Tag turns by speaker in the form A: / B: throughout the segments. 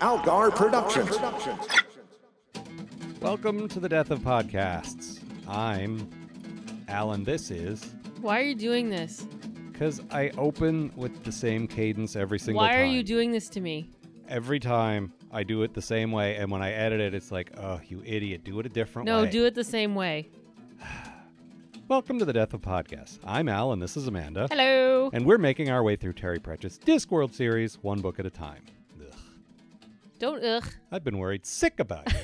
A: Algar Productions.
B: Welcome to the Death of Podcasts. I'm Alan. This is
C: Why are you doing this?
B: because I open with the same cadence every single
C: Why
B: time.
C: are you doing this to me?
B: Every time I do it the same way, and when I edit it, it's like, oh, you idiot, do it a different
C: No,
B: way.
C: do it the same way.
B: Welcome to the Death of Podcasts. I'm Alan. This is Amanda.
C: Hello.
B: And we're making our way through Terry Pratchett's Discworld series, one book at a time. Ugh,
C: Don't ugh.
B: I've been worried sick about you.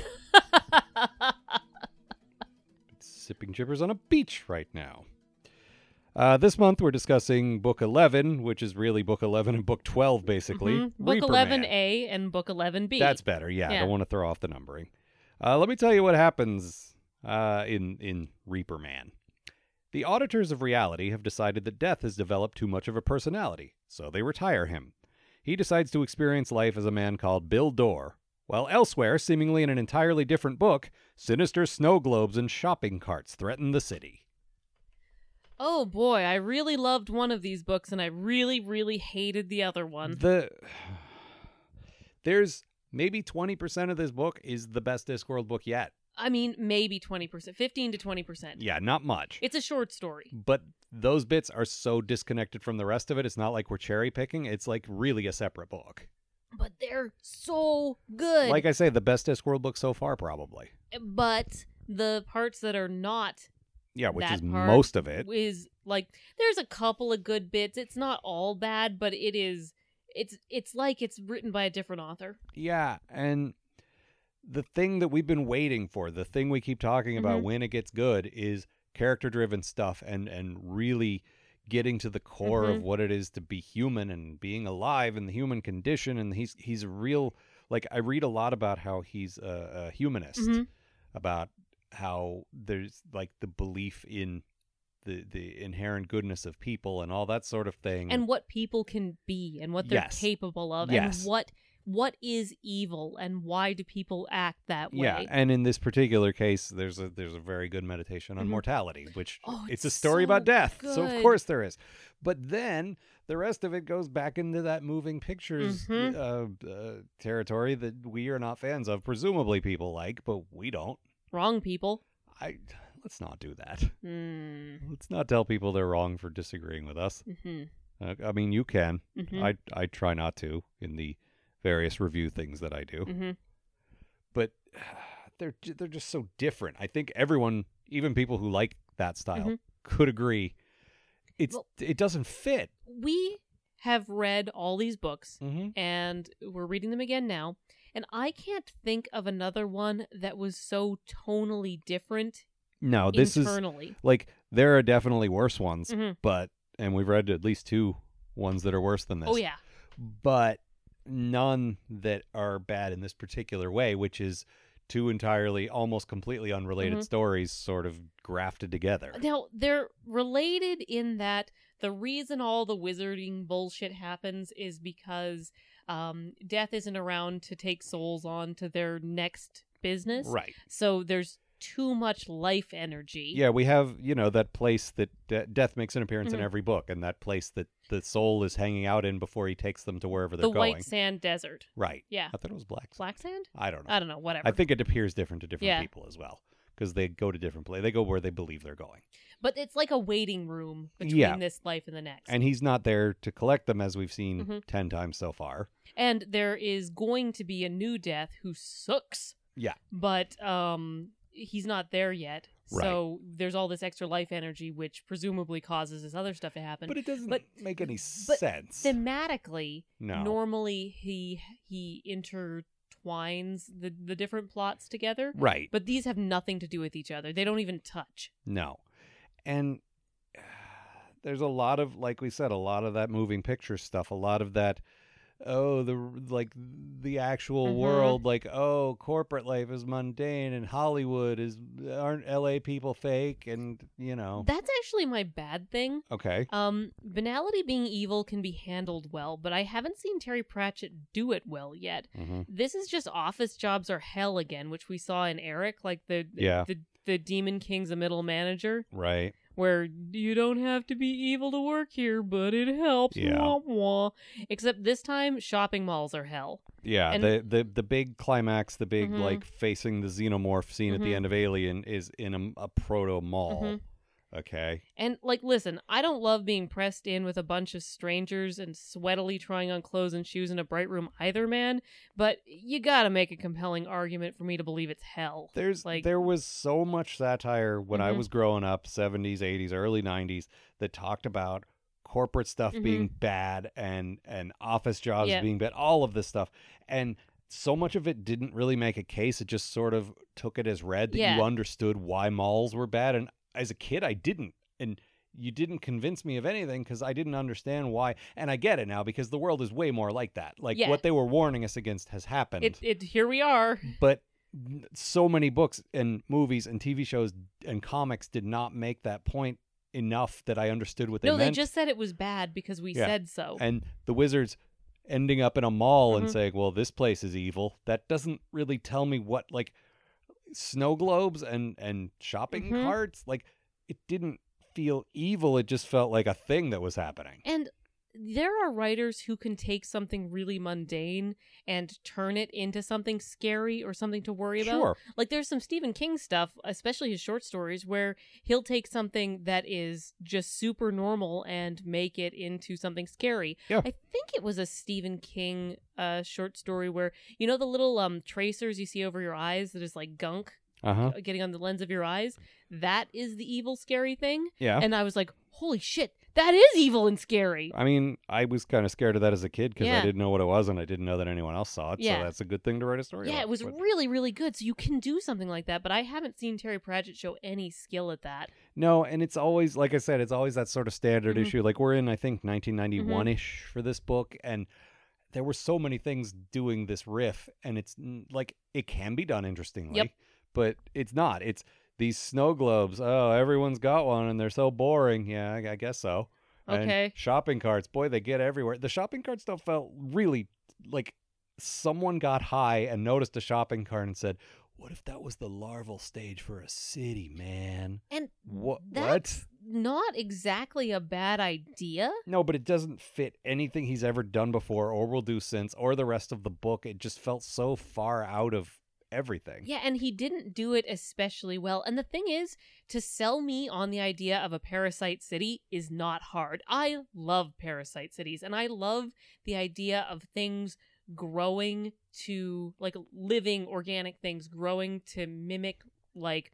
B: Sipping gibbers on a beach right now. Uh, this month we're discussing book 11, which is really book 11 and book 12, basically.
C: Mhm. Book
B: Reaper
C: eleven
B: Man.
C: A and book eleven B.
B: That's better. Yeah, I
C: Yeah.
B: don't want to throw off the numbering. Uh, let me tell you what happens uh, in in Reaper Man. The auditors of reality have decided that Death has developed too much of a personality, so they retire him. He decides to experience life as a man called Bill Dorr, while elsewhere, seemingly in an entirely different book, sinister snow globes and shopping carts threaten the city.
C: oh boy, I really loved one of these books and I really, really hated the other one.
B: The there's maybe twenty percent of this book is the best Discworld book yet.
C: I mean, maybe twenty percent, fifteen to twenty percent.
B: Yeah, not much.
C: It's a short story.
B: but those bits are so disconnected from the rest of it. It's not like we're cherry picking. It's like really a separate book.
C: But they're so good.
B: Like I say, the best Discworld book so far, probably.
C: but the parts that are not
B: Yeah, which
C: That
B: is
C: part
B: most of it.
C: is like there's a couple of good bits. It's not all bad, but it is it's it's like it's written by a different author.
B: Yeah, and the thing that we've been waiting for, the thing we keep talking about
C: Mhm.
B: when it gets good, is character-driven stuff and and really getting to the core of
C: Mhm.
B: what it is to be human and being alive and the human condition. And he's he's a real like I read a lot about how he's a, a humanist.
C: Mhm.
B: about how there's like the belief in the the inherent goodness of people and all that sort of thing.
C: And what people can be and what they're
B: Mm-hmm. Yes.
C: capable of
B: Yes.
C: and what what is evil and why do people act that way?
B: yeah, and in this particular case, there's a there's a very good meditation on
C: Mhm.
B: mortality, which
C: Oh,
B: it's,
C: it's
B: a story
C: so
B: about death, so of
C: good.
B: course there is. But then the rest of it goes back into that moving pictures
C: Mm-hmm.
B: uh, uh, territory that we are not fans of. Presumably, people like, but we don't.
C: Wrong people.
B: I let's not do that.
C: Mm.
B: Let's not tell people they're wrong for disagreeing with us.
C: hmm
B: Uh, I mean, you can.
C: hmm
B: I I try not to in the various review things that I do,
C: hmm
B: but they're ju- they're just so different. I think everyone, even people who like that style,
C: Mhm.
B: could agree. It's
C: Well-
B: it doesn't fit.
C: We have read all these books
B: Mm-hmm.
C: and we're reading them again now. And I can't think of another one that was so tonally different
B: No, Oh, this is
C: internally.
B: like there are definitely worse ones,
C: Mhm.
B: but and we've read at least two ones that are worse than this.
C: Oh yeah.
B: but none that are bad in this particular way, which is two entirely, almost completely unrelated
C: Mhm.
B: stories sort of grafted together.
C: Now they're related in that the reason all the wizarding bullshit happens is because um, death isn't around to take souls on to their next business.
B: Right.
C: So there's too much life energy.
B: Yeah, we have, you know, that place that de- death makes an appearance in
C: Mhm.
B: every book, and that place that the soul is hanging out in before he takes them to wherever
C: The
B: they're going.
C: white sand desert.
B: Right.
C: Yeah.
B: I thought it was black.
C: Black sand?
B: I don't know.
C: I don't know. Whatever.
B: I think it appears different to different
C: Yeah.
B: people as well because they go to different places. They go where they believe they're going.
C: but it's like a waiting room between
B: Yeah.
C: this life and the next.
B: And he's not there to collect them, as we've seen
C: Mhm.
B: 10 times so far.
C: and there is going to be a new death who sucks.
B: Yeah.
C: But um he's not there yet. So there's all this extra life energy which presumably causes this other stuff to happen.
B: But it doesn't
C: but-
B: make any
C: but
B: sense.
C: Thematically,
B: no.
C: normally he he intertwines the the different plots together,
B: right.
C: but these have nothing to do with each other. They don't even touch.
B: No. And uh, there's a lot of like we said a lot of that moving picture stuff, a lot of that oh the r- like the actual
C: Mhm.
B: world like oh corporate life is mundane and Hollywood is aren't LA people fake and you know.
C: That's actually my bad thing.
B: okay.
C: Um, banality being evil can be handled well, but I haven't seen Terry Pratchett do it well yet.
B: Mm-hmm.
C: this is just office jobs are hell again, which we saw in Eric, like the
B: Yeah.
C: the the Demon King's a middle manager.
B: Right.
C: where you don't have to be evil to work here, but it helps.
B: Yeah.
C: Wah, wah. Except this time, shopping malls are hell.
B: Yeah,
C: And-
B: the, the the big climax, the big
C: Mhm.
B: like facing the xenomorph scene at the
C: Mhm.
B: end of Alien is in a, a proto mall.
C: Mhm.
B: Okay.
C: And like, listen, I don't love being pressed in with a bunch of strangers and sweatily trying on clothes and shoes in a bright room either, man. But you gotta make a compelling argument for me to believe it's hell.
B: There's
C: Like-
B: there was so much satire when I
C: Mhm.
B: was growing up, 70s, 80s, early 90s that talked about corporate stuff
C: Mhm.
B: being bad and and office jobs
C: Yeah.
B: being bad, all of this stuff. And so much of it didn't really make a case. It just sort of took it as read that
C: Yeah.
B: you understood why malls were bad and as a kid I didn't. And you didn't convince me of anything because I didn't understand why. And I get it now because the world is way more like that. Like
C: Yeah.
B: what they were warning us against has happened
C: It, it here we are.
B: but n- so many books and movies and TV shows and comics did not make that point enough that I understood what they
C: no,
B: meant.
C: they just said it was bad because we
B: Yeah.
C: said so.
B: and the wizards ending up in a mall and
C: Mhm.
B: saying, "Well, this place is evil." That doesn't really tell me what like snow globes and and shopping
C: Mhm.
B: carts like it didn't feel evil. It just felt like a thing that was happening.
C: And there are writers who can take something really mundane and turn it into something scary or something to worry about.
B: Sure.
C: Like there's some Stephen King stuff, especially his short stories, where he'll take something that is just super normal and make it into something scary.
B: Yeah.
C: I think it was a Stephen King uh, short story where you know the little um, tracers you see over your eyes that is like gunk
B: Uh-huh.
C: getting on the lens of your eyes. That is the evil scary thing.
B: Yeah.
C: And I was like, holy shit, that is evil and scary.
B: I mean, I was kind of scared of that as a kid because I
C: Yeah.
B: didn't know what it was and I didn't know that anyone else saw it.
C: Yeah.
B: So that's a good thing to write a story.
C: Yeah,
B: about.
C: it was
B: But-
C: really, really good. So you can do something like that, but I haven't seen Terry Pratchett show any skill at that.
B: No, and it's always like I said, it's always that sort of standard
C: Mhm.
B: issue. Like we're in, I think, 1991 ish for this book, and there were so many things doing this riff, and it's n- like it can be done interestingly, but it's not. It's these snow globes. Oh, everyone's got one, and they're so boring. Yeah, I, I guess so. And
C: Okay.
B: shopping carts, boy, they get everywhere. The shopping cart stuff felt really like someone got high and noticed a shopping cart and said, "What if that was the larval stage for a city, man?"
C: And
B: What? What?
C: that's not exactly a bad idea.
B: No, but it doesn't fit anything he's ever done before or will do since or the rest of the book. It just felt so far out of everything.
C: Yeah, and he didn't do it especially well. And the thing is, to sell me on the idea of a parasite city is not hard. I love parasite cities, and I love the idea of things growing to like living organic things growing to mimic like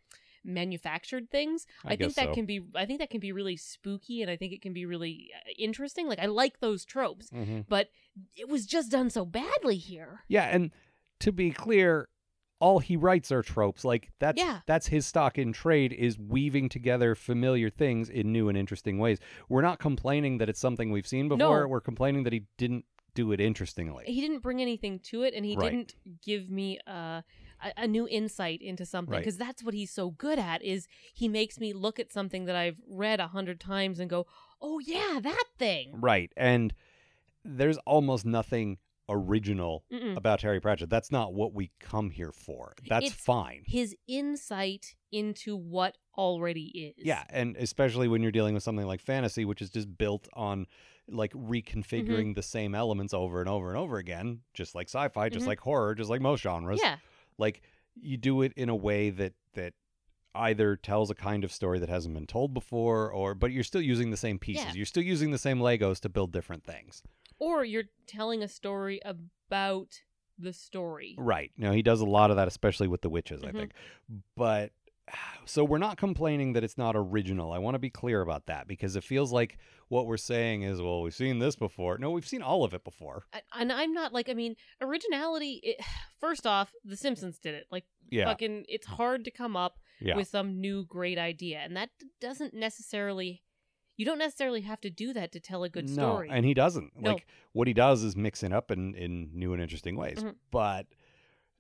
C: manufactured things.
B: I
C: think
B: guess
C: that
B: so.
C: can be I think that can be really spooky and I think it can be really uh, interesting. Like I like those tropes,
B: Mhm.
C: but it was just done so badly here.
B: Yeah, and to be clear, all he writes are tropes. Like that's
C: Yeah.
B: that's his stock in trade is weaving together familiar things in new and interesting ways. We're not complaining that it's something we've seen before.
C: No.
B: We're complaining that he didn't do it interestingly.
C: he didn't bring anything to it and he
B: Right.
C: didn't give me uh, a, a new insight into something
B: Right.
C: because that's what he's so good at is he makes me look at something that i've read a hundred times and go oh yeah that thing
B: Right. And there's almost nothing original
C: Mm-mm.
B: about Harry Pratchett. That's not what we come here for. That's
C: Mm-hmm. It's-
B: fine.
C: his insight into what already is
B: Yeah, and especially when you're dealing with something like fantasy, which is just built on like
C: Mm-hmm.
B: reconfiguring the same elements over and over and over again, just like sci-fi, just
C: Mhm.
B: like horror, just like most genres.
C: yeah
B: Like you do it in a way that that either tells a kind of story that hasn't been told before or but you're still using the same pieces.
C: Yeah.
B: You're still using the same Legos to build different things.
C: or you're telling a story about the story
B: Right. Now he does a lot of that, especially with the witches,
C: Mhm.
B: I think. But so we're not complaining that it's not original. I want to be clear about that because it feels like what we're saying is, well, we've seen this before. No, we've seen all of it before.
C: And- and i'm not like i mean originality it, first off the simpsons did it like
B: Yeah.
C: fucking it's hard to come up
B: yeah.
C: with some new great idea. And that d- doesn't necessarily you don't necessarily have to do that to tell a good
B: no,
C: story.
B: and he doesn't.
C: No.
B: Like what he does is mix it up in in new and interesting ways.
C: Mhm.
B: But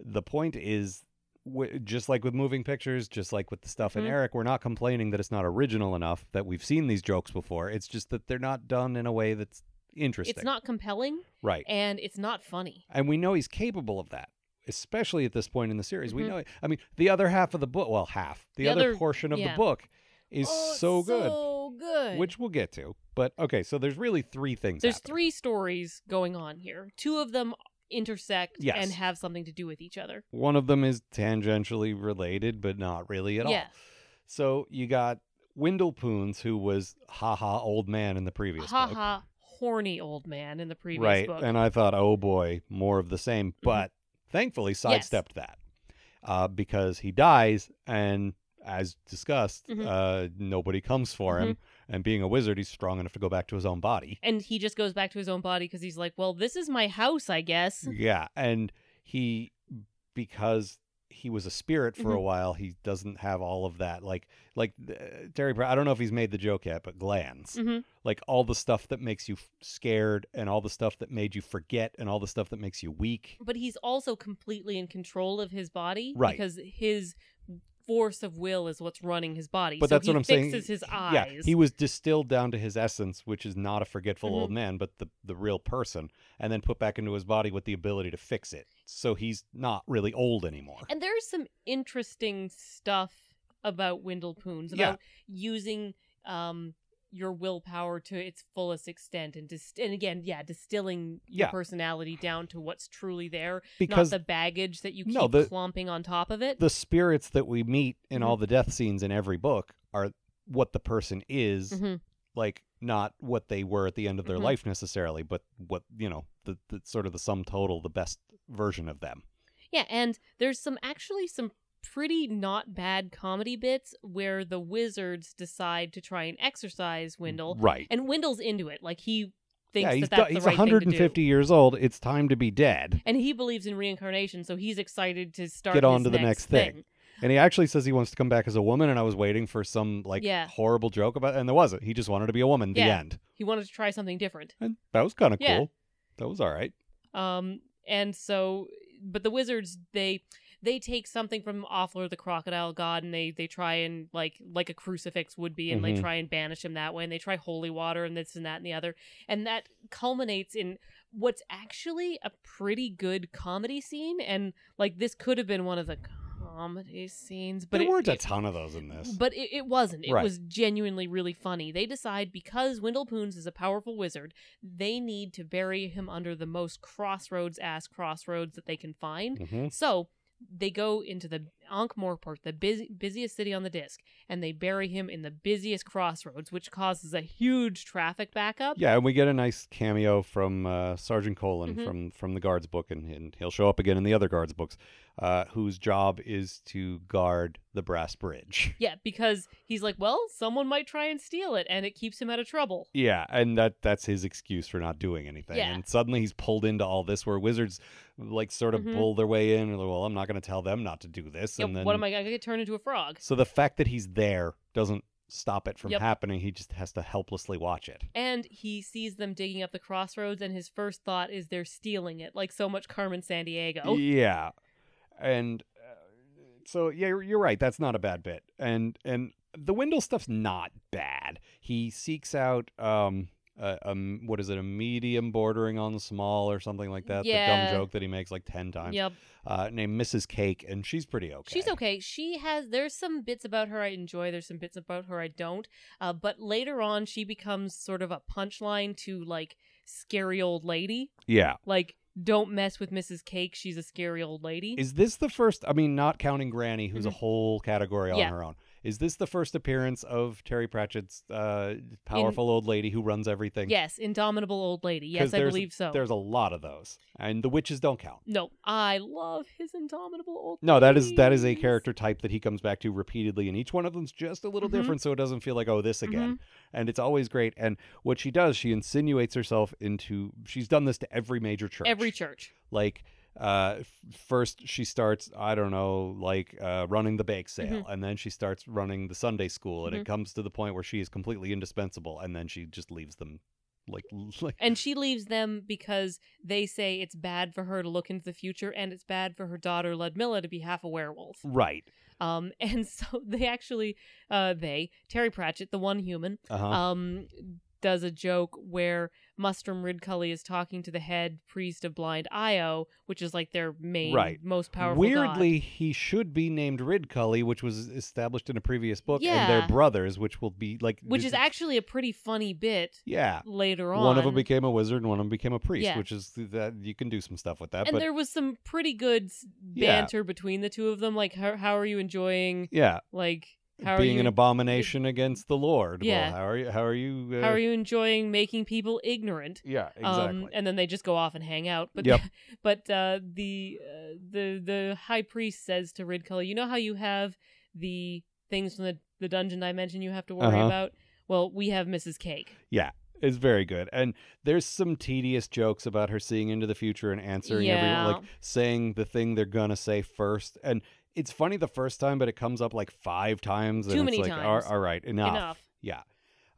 B: the point is w- just like with moving pictures, just like with the stuff
C: Mhm.
B: in Eric, we're not complaining that it's not original enough that we've seen these jokes before. It's just that they're not done in a way that's interesting.
C: it's not compelling
B: right.
C: and it's not funny.
B: and we know he's capable of that especially at this point in the series we
C: Mhm.
B: know i mean the other half of the book well half the,
C: The
B: other,
C: other-
B: portion of
C: yeah.
B: the book is
C: Oh, it's
B: so good,
C: So good.
B: which we'll get to. But okay, so there's really three things.
C: There's
B: happening.
C: three stories going on here. Two of them intersect
B: Yes.
C: and have something to do with each other.
B: One of them is tangentially related, but not really at all.
C: Yeah.
B: So you got Wendell Poons, who was haha old man in the previous book.
C: Haha, horny old man in the previous
B: right.
C: book. Mm-hmm.
B: And I thought, oh boy, more of the same. But thankfully, sidestepped that uh, because he dies, and as discussed,
C: Mhm.
B: uh, nobody comes for him.
C: Mm-hmm.
B: And being a wizard, he's strong enough to go back to his own body.
C: and he just goes back to his own body because he's like, well, this is my house, I guess.
B: yeah, and he because he was a spirit for
C: Mm-hmm.
B: a while, he doesn't have all of that. Like like uh, Terry, Pr- I don't know if he's made the joke yet, but glands.
C: Mhm.
B: like all the stuff that makes you f- scared and all the stuff that made you forget and all the stuff that makes you weak.
C: But he's also completely in control of his body
B: Right.
C: because his force of will is what's running his body.
B: But
C: so
B: that's
C: he
B: what I'm saying.
C: fixes his
B: He-
C: eyes.
B: Yeah, he was distilled down to his essence, which is not a forgetful
C: Mhm.
B: old man, but the the real person, and then put back into his body with the ability to fix it. So he's not really old anymore.
C: And there's some interesting stuff about Wendell Poons
B: Yeah.
C: about using um your willpower to its fullest extent and dist- and again, yeah, distilling
B: Yeah.
C: your personality down to what's truly there,
B: because
C: not the baggage that you keep
B: No, the-
C: clomping on top of it.
B: the spirits that we meet in
C: Mhm.
B: all the death scenes in every book are what the person is
C: Mhm.
B: like not what they were at the end of their
C: Mhm.
B: life necessarily but what you know the, the sort of the sum total the best version of them
C: Yeah, and there's some actually some pretty not bad comedy bits where the wizards decide to try and exercise Wendell,
B: right
C: and Wendell's into it. Like he thinks
B: Mm, yeah he's,
C: that that's
B: do- he's
C: the right thing to do.
B: 150 years old it's time to be dead
C: and he believes in reincarnation, so he's excited to start.
B: Get on
C: his
B: to the next thing. and he actually says he wants to come back as a woman and i was waiting for some like
C: Yeah.
B: horrible joke about and there wasn't he just wanted to be a woman the
C: Yeah.
B: end
C: He wanted to try something different.
B: and that was kind of
C: Yeah.
B: cool that was all right
C: Um, and so, but the wizards they they take something from Offler the crocodile god, and they they try and like like a crucifix would be, and
B: Mhm.
C: they try and banish him that way, and they try holy water and this and that and the other, and that culminates in what's actually a pretty good comedy scene, and like this could have been one of the comedy scenes, but
B: there
C: it,
B: weren't a
C: it-
B: ton of those in this
C: But it, it wasn't. It
B: Right.
C: was genuinely really funny. They decide because Wendell Poons is a powerful wizard, they need to bury him under the most crossroads ass crossroads that they can find.
B: Mhm.
C: So they go into the Ankh Morpork, the busy, busiest city on the disc, and they bury him in the busiest crossroads, which causes a huge traffic backup.
B: Yeah, and we get a nice cameo from uh, Sergeant Colin
C: Mhm.
B: from from the guards book, and, and he'll show up again in the other guards books, uh, whose job is to guard the brass bridge.
C: Yeah, because he's like, well, someone might try and steal it, and it keeps him out of trouble.
B: Yeah, and that that's his excuse for not doing anything.
C: Yeah.
B: And suddenly he's pulled into all this where wizards like sort of
C: Mhm.
B: pull their way in. And they're, well, I'm not going to tell them not to do this.
C: Yeah,
B: and then
C: what am I going to get turned into a frog?
B: So the fact that he's there doesn't stop it from
C: Yep.
B: happening. He just has to helplessly watch it.
C: And he sees them digging up the crossroads, and his first thought is they're stealing it, like so much Carmen San Diego.
B: Yeah, and uh, so yeah, you're, you're right. That's not a bad bit, and and the Wendell stuff's not bad. He seeks out um. A, a m- what is it? A medium bordering on small or something like that. The
C: Yeah.
B: dumb joke that he makes like ten times.
C: Yep.
B: Uh, named Mrs. Cake, and she's pretty okay.
C: She's okay. She has there's some bits about her I enjoy, there's some bits about her I don't. Uh, but later on she becomes sort of a punchline to like scary old lady.
B: Yeah.
C: Like, don't mess with Mrs. Cake, she's a scary old lady.
B: Is this the first? I mean, not counting Granny, who's a
C: Mhm.
B: whole category on
C: Yeah.
B: her own. Is this the first appearance of Terry Pratchett's uh, powerful old lady who runs everything?
C: yes, indomitable old lady.
B: 'Cause
C: Yes, I
B: there's-
C: believe so.
B: There's a lot of those, and the witches don't count.
C: No, I love his indomitable old
B: No, that is that is a
C: ladies.
B: character type that he comes back to repeatedly, and each one of them's just a little
C: Mhm.
B: different, so it doesn't feel like oh this again.
C: Mm-hmm.
B: And it's always great. And what she does, she insinuates herself into. She's done this to every major church.
C: Every church.
B: like uh f- first she starts i don't know like uh running the bake sale
C: Mm-hmm.
B: and then she starts running the sunday school and it comes to the point where she is completely indispensable and then she just leaves them like like
C: And she leaves them because they say it's bad for her to look into the future and it's bad for her daughter Ludmilla to be half a werewolf.
B: right
C: Um, and so they actually, uh, they Terry Pratchett, the one human,
B: uh-huh
C: um, does a joke where Mustrum Ridcully is talking to the head priest of Blind Io, which is like their main,
B: Right.
C: most powerful. god.
B: Weirdly, he should be named Ridcully, which was established in a previous book, and
C: Yeah.
B: they're brothers, which will be like
C: which
B: this-
C: is actually a pretty funny bit
B: yeah.
C: later on.
B: One of them became a wizard, and one of them became a priest,
C: Yeah.
B: which is that you can do some stuff with that.
C: and
B: but
C: there was some pretty good s-
B: Yeah.
C: banter between the two of them. Like, how, how are you enjoying?
B: yeah,
C: Like, how are
B: being
C: you?
B: an abomination against the Lord.
C: Yeah.
B: Well, how are you? How are you? Uh,
C: how are you enjoying making people ignorant?
B: Yeah, exactly.
C: Um, and then they just go off and hang out. But
B: Yep.
C: but uh, the uh, the the high priest says to Ridcully, "You know how you have the things from the the dungeon dimension you have to worry
B: Uh-huh.
C: about. Well, we have Mrs. Cake.
B: it's very good, and there's some tedious jokes about her seeing into the future and answering everyone, like
C: Yeah.
B: saying the thing they're gonna say first. And it's funny the first time, but it comes up like five times. And
C: Too
B: it's
C: many
B: like,
C: times.
B: All, all right, enough.
C: Enough.
B: Yeah.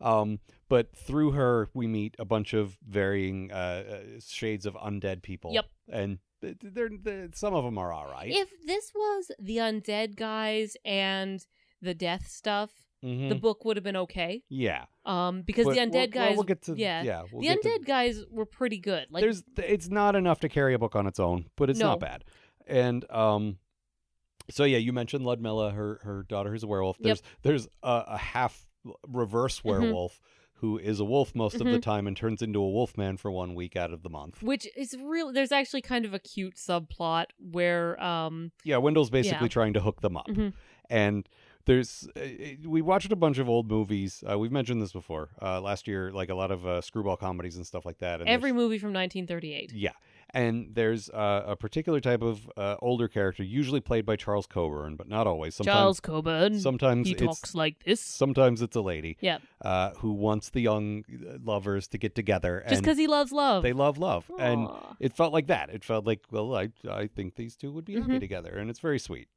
B: Um, but through her, we meet a bunch of varying uh, uh, shades of undead people.
C: Yep.
B: And th- th- they're, th- some of them are all right.
C: If this was the undead guys and the death stuff,
B: Mhm.
C: the book would have been okay.
B: yeah.
C: Um, because
B: But
C: the undead
B: we'll-
C: guys,
B: We'll, we'll get to
C: yeah.
B: yeah we'll
C: the
B: get to-
C: undead guys were pretty good. Like,
B: there's it's not enough to carry a book on its own, but it's not
C: No.
B: bad. And um so yeah, you mentioned Ludmilla, her her daughter who's a werewolf.
C: Yep. Mm-hmm.
B: There's there's a, a half reverse werewolf who is a wolf most of the time and turns into a wolf man for one week out of the month.
C: which is real. There's actually kind of a cute subplot where, um,
B: Yeah, Wendell's basically trying to hook them up.
C: Mhm.
B: And there's uh, we watched a bunch of old movies. Uh, we've mentioned this before. Uh, last year like a lot of uh, screwball comedies and stuff like that and
C: every
B: there's-
C: movie from 1938.
B: Yeah. And there's uh, a particular type of uh, older character, usually played by Charles Coburn, but not always. Sometimes,
C: Charles Coburn.
B: sometimes
C: he
B: it's
C: talks like this.
B: sometimes it's a lady.
C: Yeah.
B: Uh, who wants the young uh, lovers to get together?
C: Just
B: and
C: because he loves love.
B: they love love, and
C: Aw.
B: it felt like that. It felt like, well, I I think these two would be happy
C: Mhm.
B: together, and it's very sweet.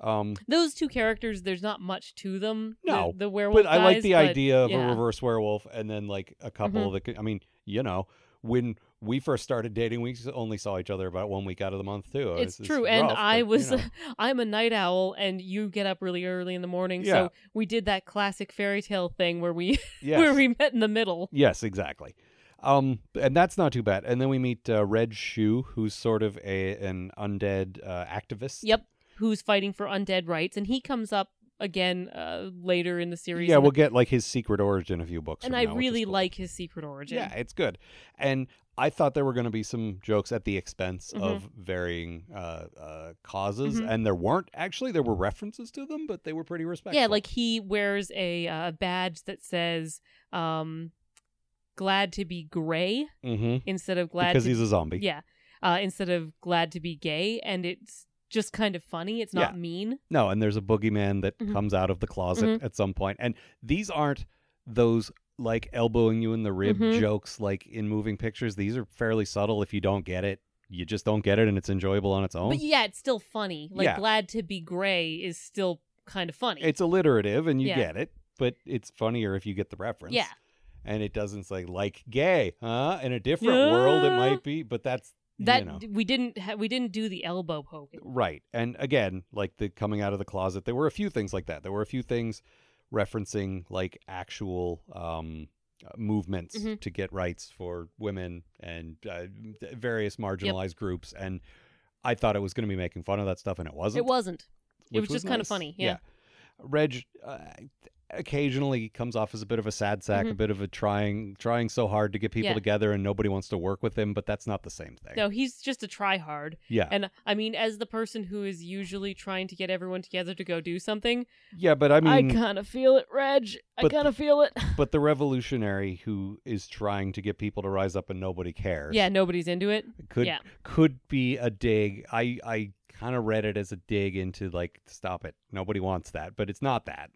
B: Um,
C: those two characters, there's not much to them. the-
B: No,
C: the, werewolf.
B: but I like
C: guys,
B: the
C: but
B: idea of a
C: yeah.
B: reverse werewolf, and then like a couple
C: Mhm.
B: that could, I mean, you know, when we first started dating, we only saw each other about one week out of the month too.
C: It's
B: This is
C: true, and
B: rough, but,
C: I
B: you
C: was-
B: know.
C: I'm a night owl, and you get up really early in the morning.
B: Yeah.
C: So we did that classic fairy tale thing where we
B: yes.
C: where we met in the middle.
B: Yes, exactly. Um, and that's not too bad. And then we meet uh, Red Shoe, who's sort of a an undead uh, activist.
C: Yep, who's fighting for undead rights, and he comes up again uh, later in the series.
B: Yeah,
C: and,
B: we'll get like his secret origin a few books.
C: and
B: from
C: I
B: now, which is
C: really
B: cool.
C: like his secret origin.
B: Yeah, it's good. And I thought there were going to be some jokes at the expense
C: Mhm.
B: of varying uh, uh, causes,
C: Mhm.
B: and there weren't actually. There were references to them, but they were pretty respectful.
C: Yeah, like he wears a uh, badge that says um, "Glad to be gray"
B: hmm
C: instead of "Glad
B: because
C: to
B: he's a zombie.
C: yeah uh, instead of "Glad to be gay," and it's just kind of funny. It's not mean.
B: No, and there's a boogeyman that
C: Mhm.
B: comes out of the closet at some point. And these aren't those like elbowing you in the rib
C: Mhm.
B: jokes like in moving pictures. These are fairly subtle. If you don't get it, you just don't get it, and it's enjoyable on its own.
C: But yeah, it's still funny. Like
B: Oh. Yeah.
C: "Glad to be gray" is still kind of funny.
B: It's alliterative, and you
C: Yeah.
B: get it, but it's funnier if you get the reference.
C: yeah,
B: and it doesn't say like gay, huh? In a different world, it
C: Yeah.
B: might be, but that's
C: that
B: you know.
C: we didn't ha- we didn't do the elbow poking.
B: Right. And again, like the coming out of the closet, there were a few things like that. There were a few things referencing like actual um, uh, movements
C: Mhm.
B: to get rights for women and uh, various marginalized groups. And I thought it was going to be making fun of that stuff, and it wasn't.
C: It wasn't.
B: which
C: was just kinda
B: nice.
C: funny, yeah.
B: Reg uh, occasionally comes off as a bit of a sad sack, a
C: Mhm.
B: bit of a trying trying so hard to get people
C: Yeah.
B: together, and nobody wants to work with him. But that's not the same thing.
C: No, he's just a try hard.
B: Yeah.
C: And I mean, as the person who is usually trying to get everyone together to go do something,
B: yeah, but I mean,
C: I kind of feel it, Reg. I
B: But-
C: kind of feel it.
B: but the revolutionary who is trying to get people to rise up and nobody cares.
C: Yeah, nobody's into it.
B: could
C: yeah.
B: could be a dig. I I kind of read it as a dig into like stop it. Nobody wants that, but it's not that.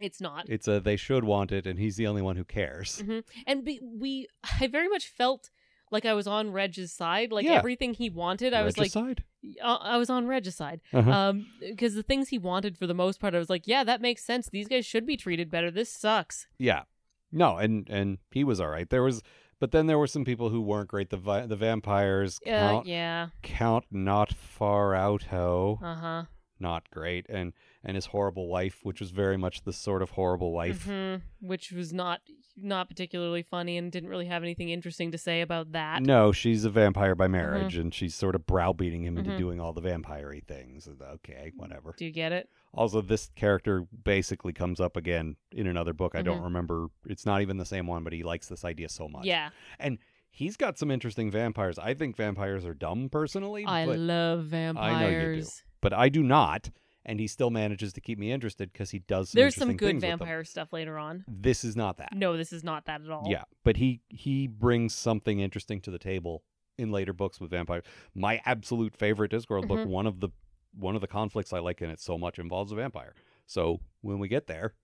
C: It's not.
B: It's a they should want it, and he's the only one who cares.
C: hmm And be, we, I very much felt like I was on Reg's side. Like
B: Yeah.
C: everything he wanted, I was like,
B: Regicide?
C: uh, I was on Reg's side.
B: Uh-huh.
C: Um, because the things he wanted for the most part, I was like, yeah, that makes sense. These guys should be treated better. This sucks.
B: yeah, no, and and he was all right. There was, but then there were some people who weren't great. The vi- the vampires
C: Uh,
B: count
C: Yeah.
B: count not far out ho.
C: Uh huh.
B: not great
C: Mm-hmm.
B: and and his horrible wife which was very much the sort of horrible wife
C: hmm Which was not not particularly funny and didn't really have anything interesting to say about that. Mm-hmm.
B: No, she's a vampire by marriage, and she's sort of browbeating him into
C: Mhm.
B: doing all the vampire things. And Okay, whatever.
C: Do you get it?
B: Also, this character basically comes up again in another book. I don't
C: Mhm.
B: remember. It's not even the same one, but he likes this idea so much.
C: Yeah.
B: He's got some interesting vampires. I think vampires are dumb personally,
C: I
B: but,
C: love
B: I know you do.
C: vampires.
B: but I do not. And he still manages to keep me interested because he does. Some
C: There's some
B: interesting
C: good
B: things with them.
C: vampire stuff later on.
B: This is not that.
C: No, this is not that at all.
B: Yeah, but he he brings something interesting to the table in later books with vampires. My absolute favorite Discworld book,
C: Mhm.
B: one of the one of the conflicts I like in it so much involves a vampire. So when we get there,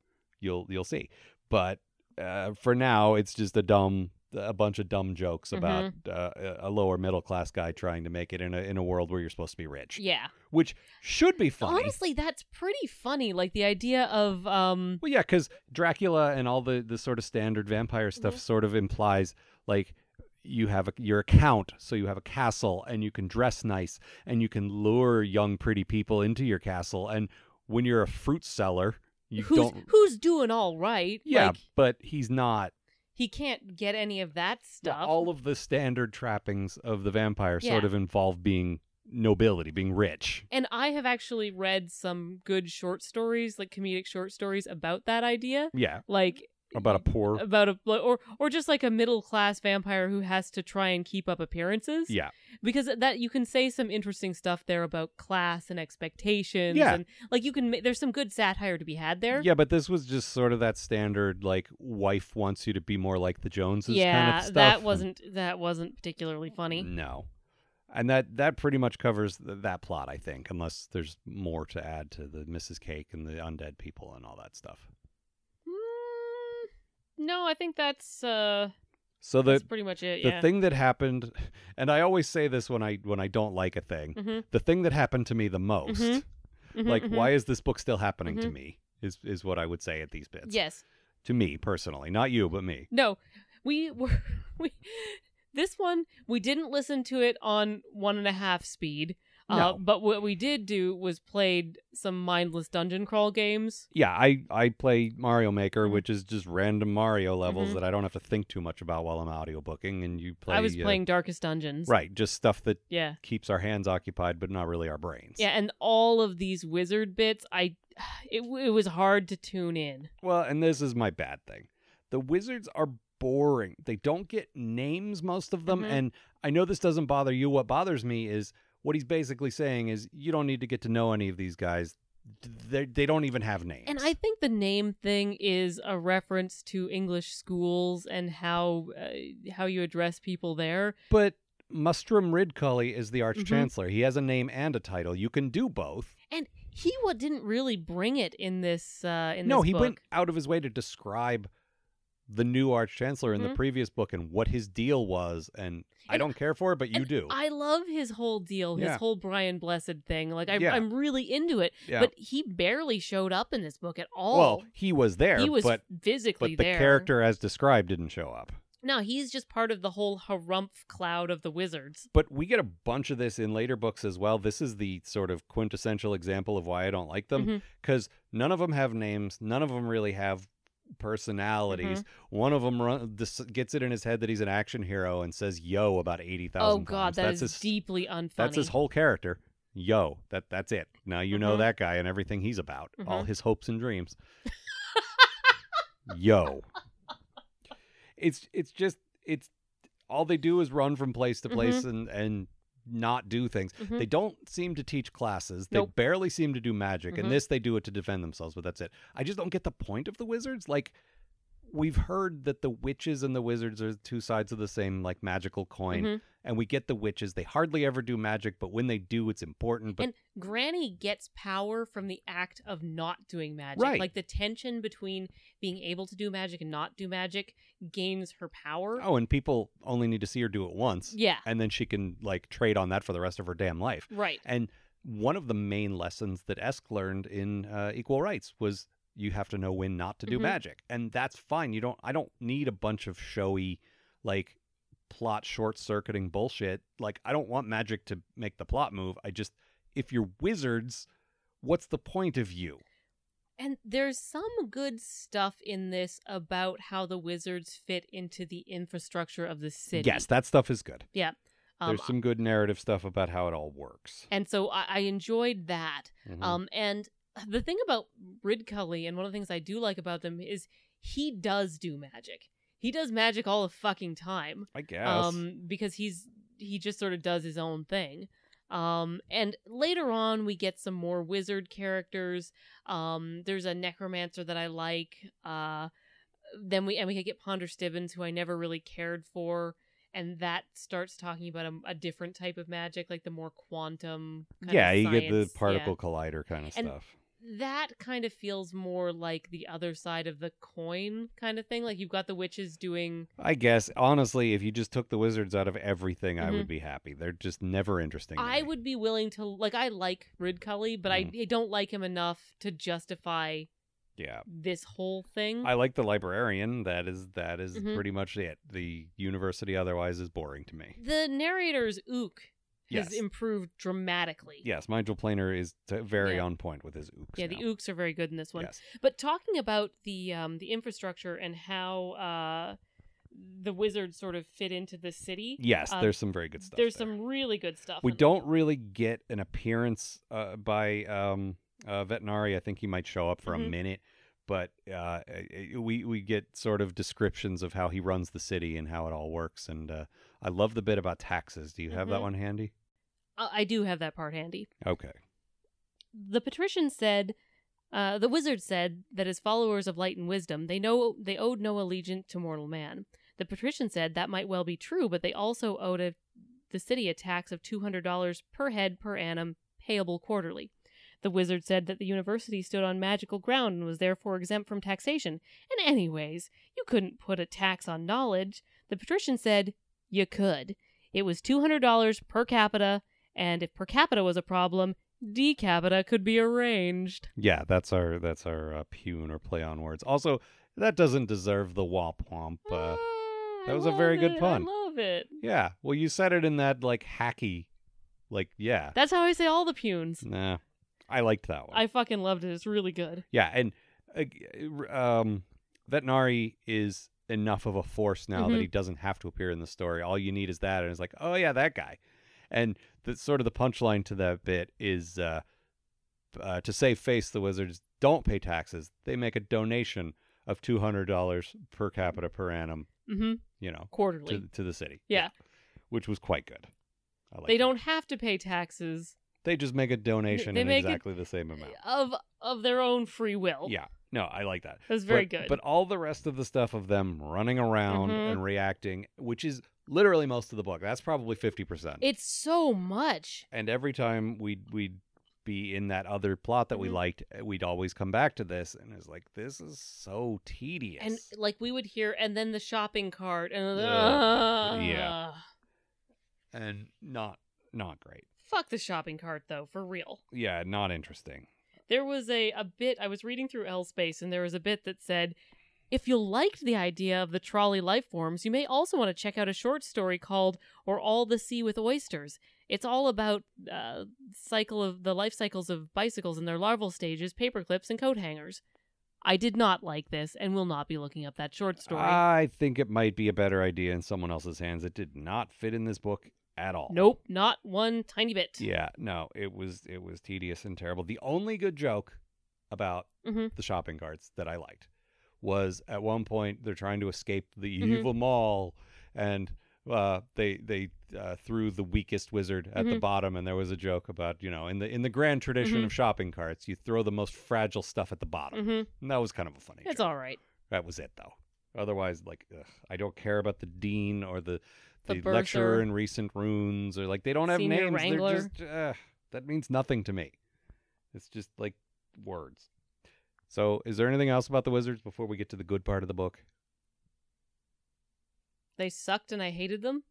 B: you'll you'll see. But uh, for now, it's just a dumb a bunch of dumb jokes about uh, a lower middle class guy trying to make it in a in a world where you're supposed to be rich,
C: Yeah.
B: which should be funny.
C: Honestly, that's pretty funny. Like the idea of um
B: Well, yeah, because Dracula and all the the sort of standard vampire stuff
C: Mhm.
B: sort of implies like you have a, you're a count, so you have a castle and you can dress nice and you can lure young pretty people into your castle. And when you're a fruit seller, you
C: who's
B: don't.
C: who's doing all right.
B: Yeah,
C: Like
B: but he's not
C: he can't get any of that stuff.
B: all of the standard trappings of the vampire sort
C: Yeah.
B: of involve being nobility, being rich.
C: and I have actually read some good short stories, like comedic short stories about that idea.
B: Yeah,
C: Like
B: about a poor.
C: about a or or just like a middle class vampire who has to try and keep up appearances.
B: Yeah,
C: because that you can say some interesting stuff there about class and expectations
B: Yeah.
C: and like you can ma- there's some good satire to be had there
B: yeah, but this was just sort of that standard like wife wants you to be more like the Joneses
C: Yeah,
B: kind of stuff.
C: that
B: and- Mm.
C: wasn't that wasn't particularly funny
B: No. And that that pretty much covers th- that plot, I think, unless there's more to add to the Mrs. Cake and the undead people and all that stuff.
C: Mm, no i think that's uh
B: So the
C: that's pretty much it
B: the
C: yeah
B: thing that happened, and I always say this when I when I don't like a thing,
C: Mhm,
B: the thing that happened to me the most,
C: Mhm. mhm,
B: like
C: mhm.
B: why is this book still happening to
C: Mhm.
B: me? Is is what I would say at these bits.
C: yes
B: To me personally, not you, but me.
C: no we were we this one we didn't listen to it on one and a half speed uh,
B: No.
C: but what we did do was played some mindless dungeon crawl games
B: Yeah, I I play Mario Maker,
C: Mhm.
B: which is just random Mario levels
C: Mhm.
B: that I don't have to think too much about while I'm audiobooking, and you play.
C: I was
B: uh,
C: playing Darkest Dungeons.
B: right, just stuff that
C: Yeah.
B: keeps our hands occupied, but not really our brains.
C: Yeah, and all of these wizard bits, I it, it was hard to tune in.
B: Well, and this is my bad thing. The wizards are boring. They don't get names, most of them.
C: Mhm.
B: And I know this doesn't bother you. What bothers me is what he's basically saying is you don't need to get to know any of these guys. They they don't even have names.
C: And I think the name thing is a reference to English schools and how uh, how you address people there.
B: but Mustrum Ridcully is the Arch
C: Mhm.
B: Chancellor. He has a name and a title. You can do both.
C: And he wa didn't really bring it in this uh in
B: no,
C: this
B: he
C: book.
B: went out of his way to describe the new Arch Chancellor in the
C: Mhm.
B: previous book and what his deal was. And I
C: And-
B: don't care for it, but you
C: And
B: do.
C: I love his whole deal, his
B: Yeah.
C: whole Brian Blessed thing. Like I,
B: Yeah.
C: I'm really into it,
B: yeah.
C: but he barely showed up in this book at all.
B: Well, he was there,
C: he was
B: but
C: physically
B: but the
C: there.
B: character as described didn't show up.
C: No, he's just part of the whole harumph cloud of the wizards.
B: But we get a bunch of this in later books as well. This is the sort of quintessential example of why I don't like them
C: Mhm.
B: because none of them have names, none of them really have personalities.
C: Mm-hmm.
B: One of them run, dis- gets it in his head that he's an action hero and says "yo" about eighty
C: Oh
B: thousand.
C: god,
B: times.
C: that
B: that's
C: is
B: his,
C: deeply unfunny.
B: That's his whole character. Yo, that that's it. Now you know
C: Mhm.
B: that guy and everything he's about, all
C: Mhm.
B: his hopes and dreams. Yo. It's it's just it's all they do is run from place to place and and not do things.
C: Mhm.
B: They don't seem to teach classes. They
C: Nope.
B: barely seem to do magic.
C: Mhm.
B: And this they do it to defend themselves, but that's it. I just don't get the point of the wizards like We've heard that the witches and the wizards are two sides of the same like magical coin
C: Mhm.
B: and we get the witches. They hardly ever do magic, but when they do, it's important. But
C: And Granny gets power from the act of not doing magic.
B: Right.
C: Like the tension between being able to do magic and not do magic gains her power.
B: oh, and people only need to see her do it once,
C: Yeah.
B: and then she can like trade on that for the rest of her damn life.
C: Right.
B: And one of the main lessons that Esk learned in uh, Equal Rights was you have to know when not to do
C: Mhm.
B: magic, and that's fine. You don't. I don't need a bunch of showy, like plot short circuiting bullshit. Like I don't want magic to make the plot move. I just if you're wizards, what's the point of you?
C: And there's some good stuff in this about how the wizards fit into the infrastructure of the city.
B: Yes, that stuff is good.
C: Yeah. Um,
B: There's some good narrative stuff about how it all works.
C: and so I, I enjoyed that.
B: Mhm.
C: Um, and the thing about Rid Cully, and one of the things I do like about them is he does do magic. He does magic all the fucking time.
B: I guess.
C: Um, because he's he just sort of does his own thing. Um, and later on we get some more wizard characters. Um, there's a necromancer that I like. Uh, then we and we get Ponder Stibbins, who I never really cared for. And that starts talking about a, a different type of magic, like the more quantum. Kind
B: yeah,
C: of
B: you get the
C: science- yeah
B: particle collider kind of
C: And-
B: stuff.
C: that kind of feels more like the other side of the coin kind of thing. Like you've got the witches doing
B: I guess honestly, if you just took the wizards out of everything, I
C: Mhm.
B: would be happy. They're just never interesting. to
C: I
B: me.
C: would be willing to like I like Rid Cully, but
B: Mm.
C: I, I don't like him enough to justify
B: Yeah.
C: this whole thing.
B: I like the librarian. That is that is
C: Mhm.
B: pretty much it. The university otherwise is boring to me.
C: the narrator's ook has
B: Yes.
C: improved dramatically.
B: Yes, Mindful Planer is t- very
C: Yeah.
B: on point with his oops.
C: Yeah, the
B: now.
C: ooks are very good in this one.
B: Yes.
C: But talking about the um the infrastructure and how uh the wizards sort of fit into the city.
B: Yes,
C: Uh,
B: there's some very good stuff.
C: There's
B: there.
C: some really good stuff.
B: We
C: in there.
B: don't really get an appearance uh, by um, uh, Vetinari. I think he might show up for a
C: Mhm.
B: minute, but uh, eh, we we get sort of descriptions of how he runs the city and how it all works. And uh, I love the bit about taxes. Do you have that
C: Mhm.
B: one handy?
C: I I do have that part handy.
B: Okay.
C: the patrician said uh, the wizard said that as followers of light and wisdom they know they owed no allegiance to mortal man the patrician said that might well be true but they also owed a, the city a tax of $200 per head per annum payable quarterly the wizard said that the university stood on magical ground and was therefore exempt from taxation and anyways you couldn't put a tax on knowledge the patrician said you could it was $200 per capita and if per capita was a problem D capita could be arranged.
B: Yeah, that's our that's our uh, pun or play on words. Also, that doesn't deserve the womp womp. Uh,
C: Ah,
B: that
C: I
B: was a
C: love
B: very good
C: it.
B: pun.
C: I love it.
B: yeah. Well, you said it in that like hacky, like yeah.
C: That's how I say all the punes.
B: Nah, I liked that one.
C: I fucking loved it. It's really good.
B: Yeah, and uh, r- um, Vetinari is enough of a force now that
C: Mhm.
B: he doesn't have to appear in the story. All you need is that, and it's like, oh yeah, that guy. And the sort of the punchline to that bit is uh, uh, to save face, the wizards don't pay taxes; they make a donation of two hundred dollars per capita per annum.
C: hmm
B: You know,
C: Quarterly.
B: to, to the city.
C: Yeah.
B: which was quite good. I like
C: they
B: that.
C: don't have to pay taxes
B: They just make a donation
C: they
B: in
C: make it-
B: exactly the same amount.
C: of of their own free will.
B: Yeah. No, I like that.
C: It was very
B: but,
C: good.
B: But all the rest of the stuff of them running around
C: Mhm.
B: and reacting, which is literally most of the book. That's probably fifty percent.
C: it's so much.
B: And every time we'd we'd be in that other plot that we
C: Mhm.
B: liked, eh, we'd always come back to this, and it's like this is so tedious.
C: And like we would hear and then the shopping cart and
B: Ugh. Yeah.
C: Ugh.
B: and not not great.
C: Fuck the shopping cart though, for real.
B: Yeah, not interesting.
C: there was a, a bit I was reading through L Space and there was a bit that said, if you liked the idea of the trolley life forms, you may also want to check out a short story called Or All the Sea with Oysters. It's all about uh, cycle of the life cycles of bicycles in their larval stages, paper clips, and coat hangers. I did not like this and will not be looking up that short story.
B: I think it might be a better idea in someone else's hands. It did not fit in this book at all.
C: nope, not one tiny bit.
B: Yeah, no, it was it was tedious and terrible. The only good joke about
C: Mhm.
B: the shopping carts that I liked was at one point they're trying to escape the
C: Mhm.
B: evil mall, and uh, they they uh, threw the weakest wizard at the
C: Mhm.
B: bottom, and there was a joke about you know in the in the grand tradition
C: Mhm.
B: of shopping carts, you throw the most fragile stuff at the bottom.
C: hmm
B: And that was kind of a funny.
C: It's
B: joke.
C: all right.
B: That was it though. Otherwise, like ugh, I don't care about the dean or the
C: The
B: the, lecturer
C: bursar.
B: in recent runes or like they don't have
C: Senior
B: names.
C: wrangler.
B: They're just uh, that means nothing to me. It's just like words. So, is there anything else about the wizards before we get to the good part of the book?
C: They sucked and I hated them.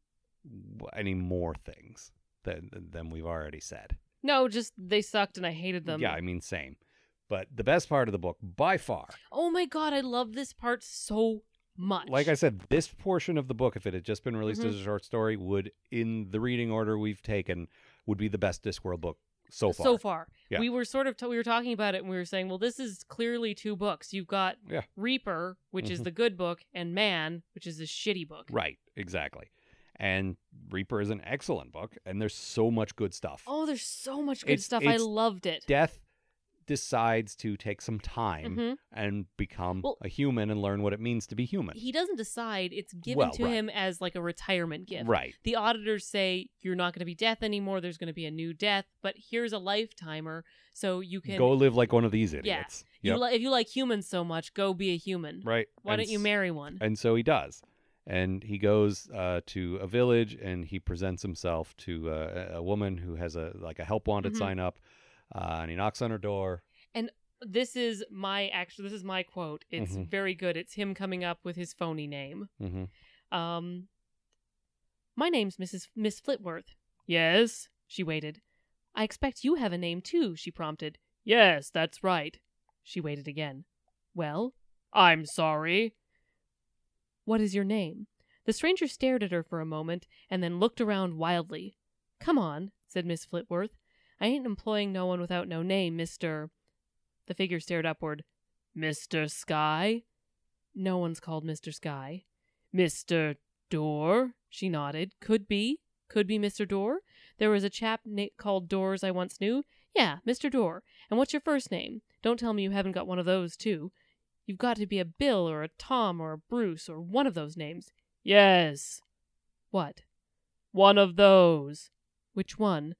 B: W- Any more things than than we've already said?
C: No, just they sucked and I hated them.
B: Yeah, I mean same. But the best part of the book by far
C: Oh my god, I love this part so much.
B: like I said, this portion of the book, if it had just been released
C: Mhm.
B: as a short story, would, in the reading order we've taken, would be the best Discworld book so far. Yeah.
C: we were sort of t- we were talking about it, and we were saying, well, this is clearly two books. You've got
B: Yeah.
C: Reaper, which is
B: Mhm.
C: the good book, and Man, which is the shitty book.
B: Right, exactly. And Reaper is an excellent book, and there's so much good stuff.
C: Oh, there's so much good
B: It's-
C: stuff. I
B: it's
C: loved it.
B: Death decides to take some time
C: hmm
B: and become
C: Well-
B: a human and learn what it means to be human.
C: He doesn't decide; it's given
B: Well,
C: to
B: right.
C: him as like a retirement gift.
B: Right.
C: The auditors say you're not going to be death anymore. There's going to be a new death, but here's a lifetimer, so you can
B: Go live like one of these
C: Yeah.
B: idiots.
C: You
B: Yep.
C: li- if you like humans so much, go be a human.
B: right.
C: Why
B: And
C: don't you
B: s-
C: marry one?
B: And so he does. And he goes uh, to a village and he presents himself to uh, a- a woman who has a like a help wanted
C: Mhm.
B: sign up. Uh, and he knocks on her door.
C: this is my actually this is my quote. It's
B: Mhm.
C: very good. It's him coming up with his phony name.
B: hmm
C: Um My name's Mrs. Miss Flitworth. Yes, she waited. I expect you have a name too, she prompted. Yes, that's right. She waited again. Well, I'm sorry. What is your name? The stranger stared at her for a moment and then looked around wildly. Come on, said Miss Flitworth. I ain't employing no one without no name, Mr. The figure stared upward. Mr. Sky? No one's called Mr. Sky. Mr. Door? She nodded. Could be. Could be Mr. Door. There was a chap na- called Doors I once knew. Yeah, Mr. Door. And what's your first name? Don't tell me you haven't got one of those, too. You've got to be a Bill or a Tom or a Bruce or one of those names. Yes. What? One of those. Which one?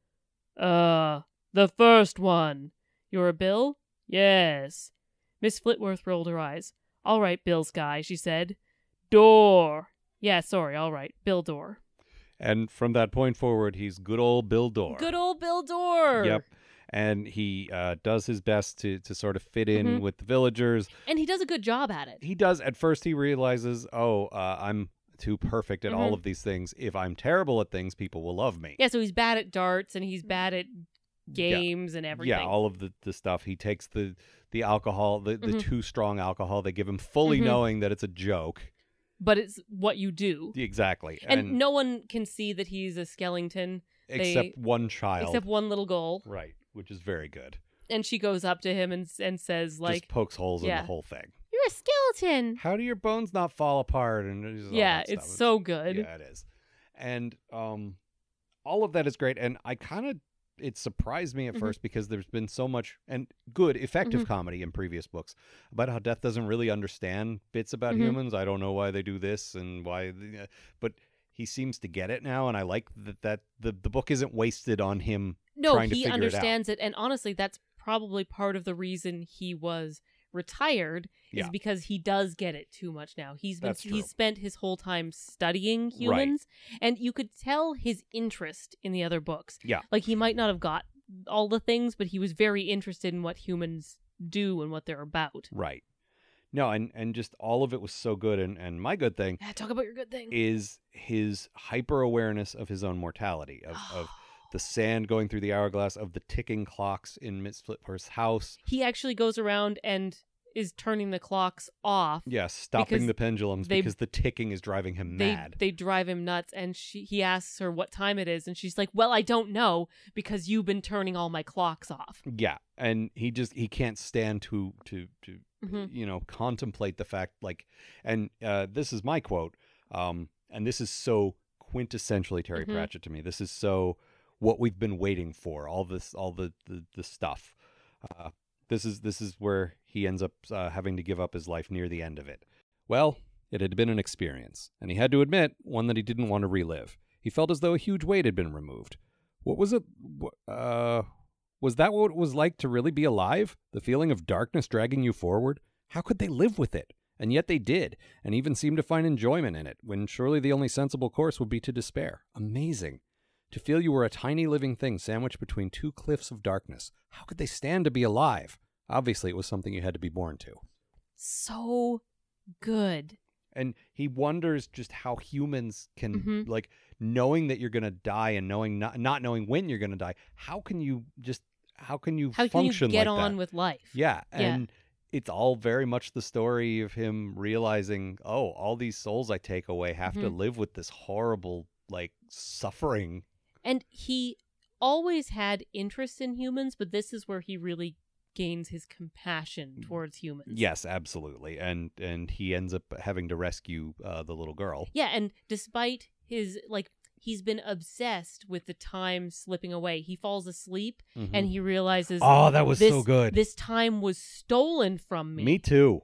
C: Uh, the first one. You're a Bill? Yes. Miss Flitworth rolled her eyes. All right, Bill's guy, she said. Door. Yeah, sorry, all right. Bill Door.
B: And from that point forward, he's good old Bill Door.
C: Good old Bill Door.
B: Yep. And he uh, does his best to, to sort of fit in
C: Mhm.
B: with the villagers.
C: And he does a good job at it.
B: He does. At first, he realizes, oh, uh, I'm too perfect at all
C: Mhm.
B: of these things. If I'm terrible at things, people will love me.
C: Yeah, so he's bad at darts and he's bad at
B: Yeah.
C: games and everything.
B: Yeah, all of the, the stuff. He takes the the alcohol, the, the
C: Mhm.
B: too strong alcohol they give him, fully
C: Mhm.
B: knowing that it's a joke.
C: but it's what you do.
B: Exactly.
C: And, no one can see that he's a skeleton
B: except one child.
C: except one little girl.
B: right, which is very good.
C: And she goes up to him and, and says,
B: Just
C: like,
B: pokes holes in
C: yeah.
B: the whole thing.
C: You're a skeleton.
B: How do your bones not fall apart? And it's all
C: Yeah,
B: that
C: it's
B: stuff.
C: so good.
B: Yeah, it is. And um all of that is great and I kind of it surprised me at
C: Mhm.
B: first because there's been so much and good effective comedy in previous books about how death doesn't really understand bits about
C: Mhm.
B: humans. I don't know why they do this and why the- uh, but he seems to get it now and I like that that the, the book isn't wasted on him.
C: No,
B: trying to
C: he
B: figure it out.
C: understands it, And honestly, that's probably part of the reason he was retired
B: Yeah.
C: is because he does get it too much now. He's been
B: That's true.
C: he's spent his whole time studying
B: Right.
C: humans and you could tell his interest in the other books.
B: Yeah.
C: Like he might not have got all the things, but he was very interested in what humans do and what they're about.
B: Right. No, and and just all of it was so good and and my good thing
C: Yeah, talk about your good thing.
B: is his hyper awareness of his own mortality of, of the sand going through the hourglass of the ticking clocks in Miss Flitper's house.
C: he actually goes around and is turning the clocks off
B: Yeah, stopping
C: Because
B: the pendulums
C: they-
B: because the ticking is driving him
C: they
B: mad.
C: they drive him nuts and she he asks her what time it is and she's like well i don't know because you've been turning all my clocks off
B: yeah, and he just he can't stand to to to
C: Mhm.
B: you know contemplate the fact like and uh this is my quote um and this is so quintessentially Terry
C: Mhm.
B: Pratchett to me. This is so what we've been waiting for. All this all the the, the stuff. Uh, this is this is where he ends up uh, having to give up his life near the end of it. Well, it had been an experience, and he had to admit one that he didn't want to relive. He felt as though a huge weight had been removed. What was it? wh- Uh, was that what it was like to really be alive? The feeling of darkness dragging you forward? How could they live with it? And yet they did, and even seemed to find enjoyment in it, when surely the only sensible course would be to despair. Amazing. To feel you were a tiny living thing sandwiched between two cliffs of darkness. How could they stand to be alive? Obviously, it was something you had to be born to.
C: so good
B: And he wonders just how humans can,
C: Mhm.
B: like, knowing that you're going to die and knowing not, not knowing when you're going to die, how can you just, how can you
C: how can you
B: function
C: get
B: like that?
C: on with life
B: Yeah,
C: Yeah.
B: and it's all very much the story of him realizing, oh, all these souls I
C: Mm-hmm.
B: take away have to live with this horrible like suffering.
C: and he always had interest in humans, but this is where he really gains his compassion
B: Mm.
C: towards humans.
B: Yes, absolutely. And and he ends up having to rescue uh, the little girl.
C: Yeah, and despite his like he's been obsessed with the time slipping away. He falls asleep and he realizes
B: Mm-hmm. oh, that was
C: this,
B: so good.
C: This time was stolen from me.
B: Me too.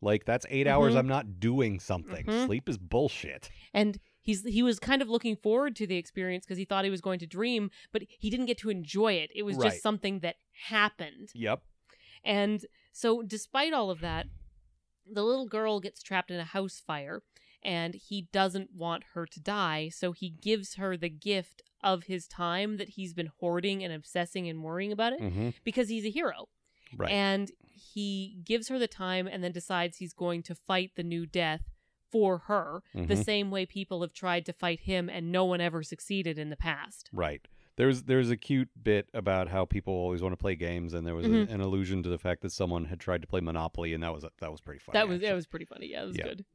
B: Like that's 8 hours
C: Mhm.
B: I'm not doing something.
C: Mhm.
B: Sleep is bullshit.
C: And he's he was kind of looking forward to the experience because he thought he was going to dream, but he didn't get to enjoy it. It was
B: Right.
C: just something that happened.
B: Yep.
C: And so, despite all of that, the little girl gets trapped in a house fire and he doesn't want her to die. So, he gives her the gift of his time that he's been hoarding and obsessing and worrying about it
B: Mm-hmm.
C: because he's a hero.
B: Right.
C: And he gives her the time and then decides he's going to fight the new death for her the
B: Mhm.
C: same way people have tried to fight him and no one ever succeeded in the past.
B: Right. There's there's a cute bit about how people always want to play games, and there was a-
C: Mhm.
B: an allusion to the fact that someone had tried to play Monopoly, and that was that was pretty funny.
C: That was that
B: actually.
C: was pretty funny. Yeah, that was
B: Yeah.
C: good.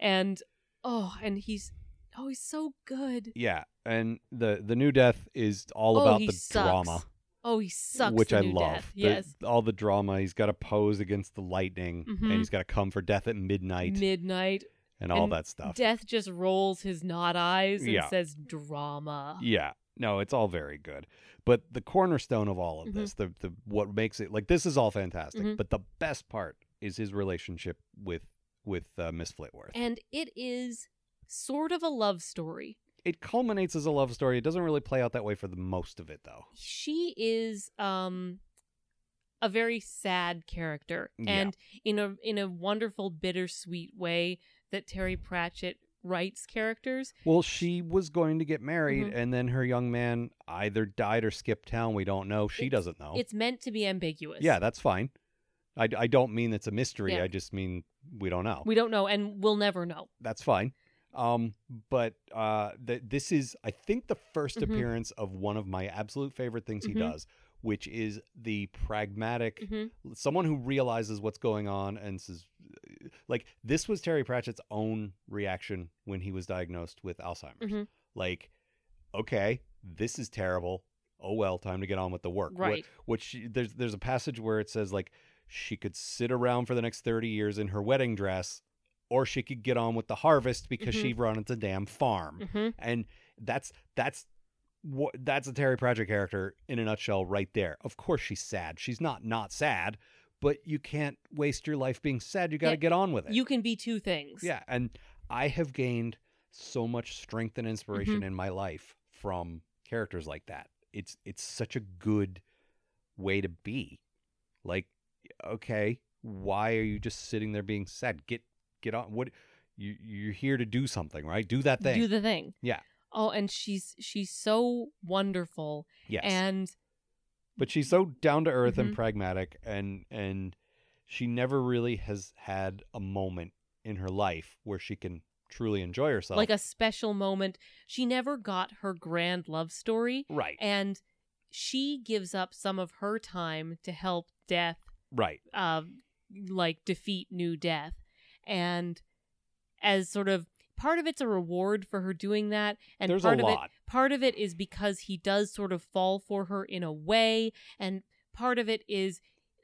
C: And oh, and he's oh, he's so good.
B: yeah. And the the new death is all
C: Oh,
B: about
C: he
B: the
C: sucks.
B: drama,
C: Oh, he sucks.
B: which
C: the
B: I
C: new
B: love.
C: Death.
B: The-
C: Yes.
B: all the drama. He's got to pose against the lightning,
C: Mhm.
B: and he's got to come for death at midnight,
C: Midnight.
B: and all
C: and
B: that stuff.
C: Death just rolls his nod eyes and
B: Uh, Yeah.
C: says drama.
B: Yeah. No, it's all very good. But the cornerstone of all of
C: Mhm.
B: this, the the what makes it like this is all fantastic,
C: Mhm.
B: but the best part is his relationship with with uh, Miss Flitworth.
C: And it is sort of a love story.
B: it culminates as a love story. It doesn't really play out that way for the most of it though.
C: She is um a very sad character
B: Yeah.
C: and in a in a wonderful bittersweet way that Terry Pratchett writes characters.
B: Well, she was going to get married
C: Mm-hmm.
B: and then her young man either died or skipped town, we don't know. She
C: It's-
B: doesn't know.
C: It's meant to be ambiguous.
B: Oh. yeah, that's fine. I, I don't mean it's a mystery.
C: Yeah.
B: I just mean we don't know.
C: We don't know and we'll never know.
B: that's fine. Um, but uh, th- this is, I think, the 1st
C: Mhm.
B: appearance of one of my absolute favorite things
C: Mhm.
B: he does, which is the pragmatic
C: Mhm.
B: someone who realizes what's going on and says, like, this was Terry Pratchett's own reaction when he was diagnosed with Alzheimer's.
C: Mhm.
B: Like, okay, this is terrible. Oh well, time to get on with the work. Wh-
C: Right.
B: which she- there's there's a passage where it says like she could sit around for the next 30 years in her wedding dress or she could get on with the harvest because
C: Mhm.
B: she runs a damn farm
C: Mhm.
B: and that's that's what that's a Terry Pratchett character in a nutshell right there of course she's sad she's not not sad but you can't waste your life being sad you got to
C: Yeah,
B: get on with it
C: You can be two things.
B: yeah, and I have gained so much strength and inspiration
C: Mm-hmm.
B: in my life from characters like that. It's it's such a good way to be. Like, okay, why are you just sitting there being sad? Get get on. What you you're here to do something, right? Do that thing.
C: Do the thing.
B: Yeah.
C: Oh, and she's she's so wonderful,
B: yes.
C: and
B: but she's so down to earth
C: Mhm.
B: and pragmatic and and she never really has had a moment in her life where she can truly enjoy herself.
C: like a special moment. She never got her grand love story,
B: right.
C: and she gives up some of her time to help Death,
B: right.
C: uh, like defeat New Death, and as sort of part of it's a reward for her doing that, and
B: There's
C: part
B: a
C: of it
B: lot.
C: part of it is because he does sort of fall for her in a way and part of it is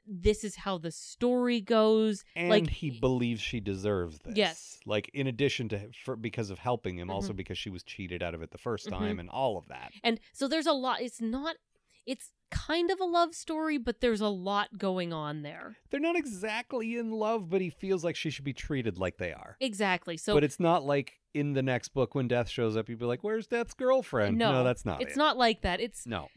C: this is how the story goes
B: and
C: Like-
B: he believes she deserves this.
C: Yes. Mm-hmm.
B: like in addition to for, because of helping him, also because she was cheated out of it the 1st
C: Mhm.
B: time, and all of that.
C: and so there's a lot it's not it's kind of a love story but there's a lot going on there
B: They're not exactly in love, but he feels like she should be treated like they are.
C: exactly so
B: but it's not like in the next book when Death shows up, you'd be like, "Where's Death's girlfriend?"
C: No,
B: that's not.
C: it's
B: it.
C: not like that it's
B: No,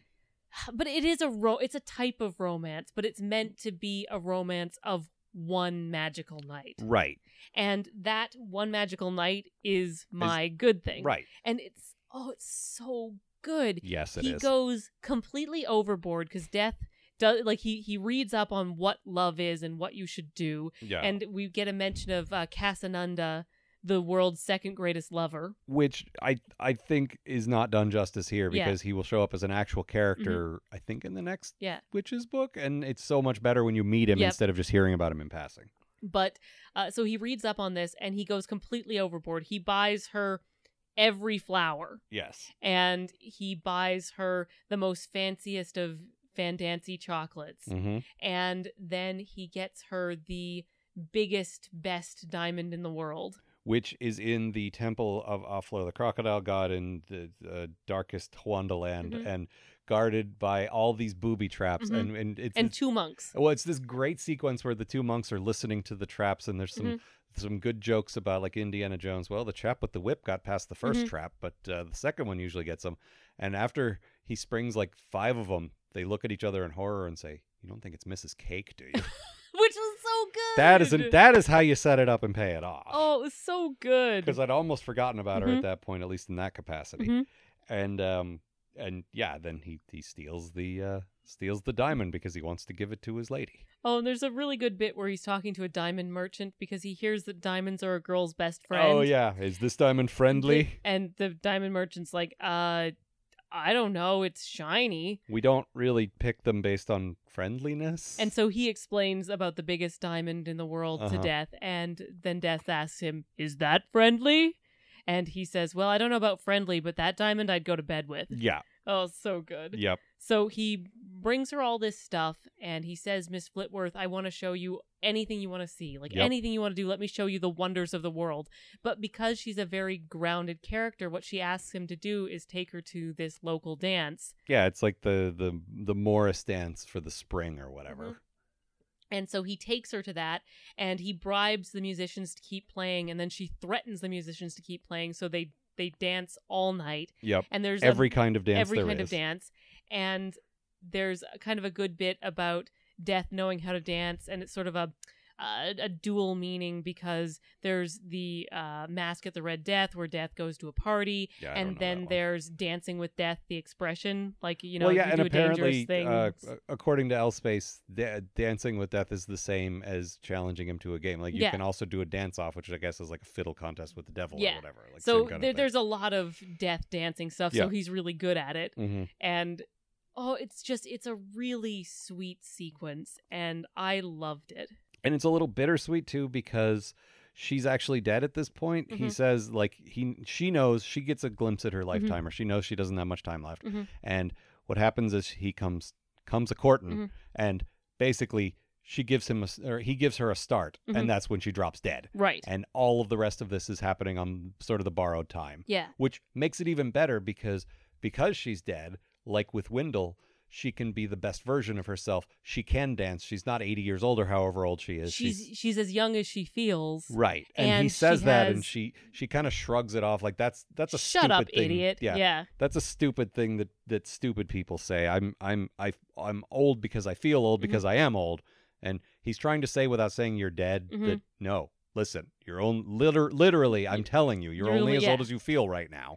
C: but it is a ro- it's a type of romance but it's meant to be a romance of one magical night
B: right,
C: and that one magical night is my good thing
B: right.
C: and it's oh it's so good
B: Yes, it is.
C: he goes completely overboard because death does like he he reads up on what love is and what you should do
B: yeah,
C: and we get a mention of uh, casanunda the world's second greatest lover
B: which I I think is not done justice here
C: Yeah. Mm-hmm.
B: because he will show up as an actual character. I think in the next
C: Yeah.
B: witches book, and it's so much better when you meet him
C: Yep.
B: instead of just hearing about him in passing.
C: but uh, so he reads up on this and he goes completely overboard he buys her every flower.
B: Yes.
C: And he buys her the most fanciest of fandancy chocolates.
B: Mm-hmm.
C: And then he gets her the biggest, best diamond in the world.
B: Which is in the temple of Aflo, the crocodile god in the uh, darkest Huandaland,
C: Mhm.
B: and guarded by all these booby traps.
C: Mhm.
B: And, and it's
C: And
B: this-
C: two monks.
B: well, it's this great sequence where the two monks are listening to the traps, and there's some some good jokes about like Indiana Jones. Well, the chap with the whip got past the 1st
C: Mhm.
B: trap, but uh, the second one usually gets him. And after he springs like five of them, they look at each other in horror and say, "You don't think it's Mrs. Cake, do you?"
C: Which was so good.
B: Oh. that isn't. That is how you set it up and pay it off.
C: Oh, it was so good.
B: because I'd almost forgotten about
C: Mm-hmm.
B: her at that point, at least in that capacity.
C: Mhm.
B: And um, and yeah, then he he steals the uh, steals the diamond because he wants to give it to his lady.
C: Oh, and there's a really good bit where he's talking to a diamond merchant because he hears that diamonds are a girl's best friend.
B: Oh yeah, is this diamond
C: The-
B: friendly?
C: and the diamond merchant's like, uh, I don't know, it's shiny.
B: we don't really pick them based on friendliness.
C: And so he explains about the biggest diamond in the world to
B: Uh-huh.
C: Death, and then Death asks him, Is that friendly? And he says, Well, I don't know about friendly, but that diamond I'd go to bed with.
B: yeah,
C: Oh, so good.
B: yep,
C: So he brings her all this stuff and he says, Miss Flitworth, I want to show you anything you want to see. Like
B: Yep.
C: anything you want to do, let me show you the wonders of the world. But because she's a very grounded character, what she asks him to do is take her to this local dance.
B: yeah. It's like the the the Morris dance for the spring or whatever.
C: Mm-hmm. And so he takes her to that and he bribes the musicians to keep playing and then she threatens the musicians to keep playing so they they dance all night.
B: Yep,
C: And there's a-
B: every kind of dance.
C: every
B: there
C: kind of
B: is.
C: dance and there's a- kind of a good bit about death knowing how to dance and it's sort of a a, a dual meaning because there's the uh, mask at the red death where death goes to a party
B: Yeah, I don't know
C: and
B: that
C: then
B: one.
C: there's dancing with death the expression like you know
B: well, yeah,
C: you
B: and
C: do a
B: apparently,
C: dangerous thing
B: uh, a- according to Elspace, da- dancing with death is the same as challenging him to a game. Like you
C: Yeah.
B: can also do a dance off, which I guess is like a fiddle contest with the devil or
C: Yeah.
B: whatever. Like
C: so there, there's a lot of death dancing stuff
B: Yeah.
C: so he's really good at it
B: mm-hmm.
C: and oh it's just it's a really sweet sequence and i loved it
B: and it's a little bittersweet too because she's actually dead at this point he
C: Mhm.
B: says like he she knows she gets a glimpse at
C: Mm-hmm.
B: her lifetime or she knows she doesn't have much time left
C: Mhm.
B: and what happens is he comes comes a courting
C: Mhm.
B: and basically she gives him a s or he gives her a start
C: Mhm.
B: and that's when she drops dead
C: right
B: and all of the rest of this is happening on sort of the borrowed time
C: yeah
B: which makes it even better because because she's dead like with wendell she can be the best version of herself she can dance she's not 80 years old or however old she is
C: she's she's as young as she feels.
B: Right. And, he
C: And she
B: says that and
C: has-
B: she she kind of shrugs it off like that's that's a
C: Shut
B: stupid
C: up,
B: thing.
C: idiot.
B: Yeah, That's a stupid thing that that stupid people say. I'm I'm I I'm old because I feel old
C: Mhm.
B: because I am old. And he's trying to say without saying you're dead
C: Mhm.
B: that no. Listen, you're on liter- literally I'm telling Mm-hmm. you, you're
C: You're
B: only
C: li-
B: as old
C: yeah.
B: as you feel right now.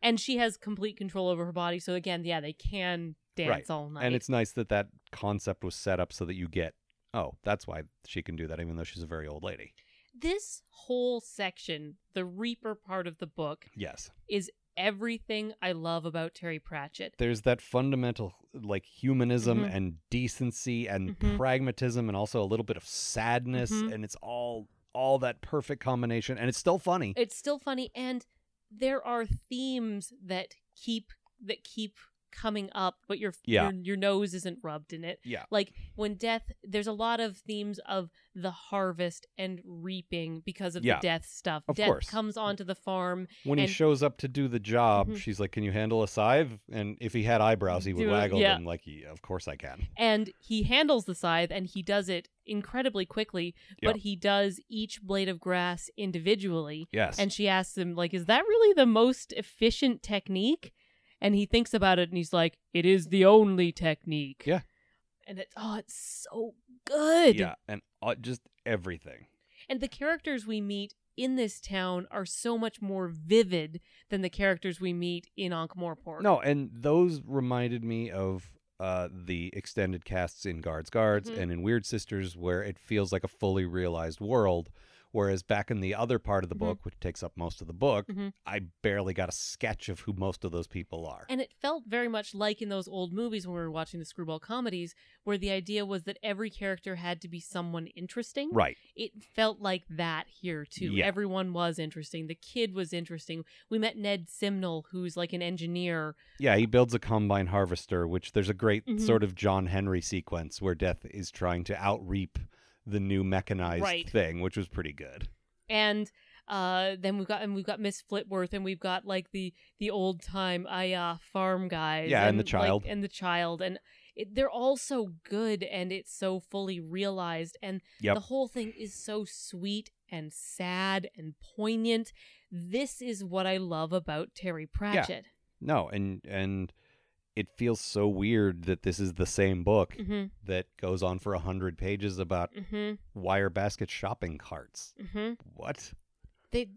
C: And she has complete control over her body. So again, yeah, they can dance
B: Right.
C: all night.
B: And it's nice that that concept was set up so that you get oh, that's why she can do that even though she's a very old lady.
C: this whole section, the Reaper part of the book,
B: Yes.
C: is everything I love about Terry Pratchett.
B: there's that fundamental like humanism
C: Mhm.
B: and decency and
C: Mhm.
B: pragmatism and also a little bit of sadness
C: Mhm.
B: and it's all all that perfect combination and it's still funny
C: It's still funny, and there are themes that keep that keep coming up, but your
B: Yeah.
C: your, your nose isn't rubbed in it.
B: yeah
C: like when death there's a lot of themes of the harvest and reaping because of
B: Yeah.
C: the death stuff
B: Of
C: death
B: course.
C: comes onto the farm
B: when
C: and-
B: he shows up to do the job
C: Mhm.
B: she's like can you handle a scythe and if he had eyebrows he would
C: Do it,
B: waggle
C: yeah.
B: them like "Yeah, of course i can
C: and he handles the scythe and he does it incredibly quickly
B: Yeah.
C: but he does each blade of grass individually
B: yes
C: and she asks him like is that really the most efficient technique and he thinks about it and he's like it is the only technique
B: Yeah.
C: and it's oh it's so good
B: yeah and uh, just everything
C: And the characters we meet in this town are so much more vivid than the characters we meet in Ankh-Morpork.
B: No, and those reminded me of uh, the extended casts in Guards Guards
C: Mhm.
B: and in Weird Sisters, where it feels like a fully realized world, Whereas back in the other part of the
C: Mhm.
B: book, which takes up most of the book,
C: Mhm.
B: I barely got a sketch of who most of those people are.
C: And it felt very much like in those old movies when we were watching the screwball comedies, where the idea was that every character had to be someone interesting.
B: right.
C: It felt like that here too.
B: Yeah.
C: Everyone was interesting. The kid was interesting. We met Ned Simnel, who's like an engineer.
B: Yeah, he builds a combine harvester, which there's a great
C: Mhm.
B: sort of John Henry sequence where Death is trying to outreap the new mechanized
C: Right.
B: thing, which was pretty good.
C: And uh, then we've got and we've got Miss Flitworth, and we've got like the the old time Aya farm guys.
B: Yeah, and the
C: like,
B: child.
C: and the child, and it, they're all so good, and it's so fully realized, and
B: Yep.
C: the whole thing is so sweet and sad and poignant. This is what I love about Terry Pratchett.
B: No, and and it feels so weird that this is the same book
C: Mm-hmm,
B: that goes on for a hundred pages about
C: mm-hmm,
B: wire basket shopping carts.
C: mm-hmm.
B: What?
C: They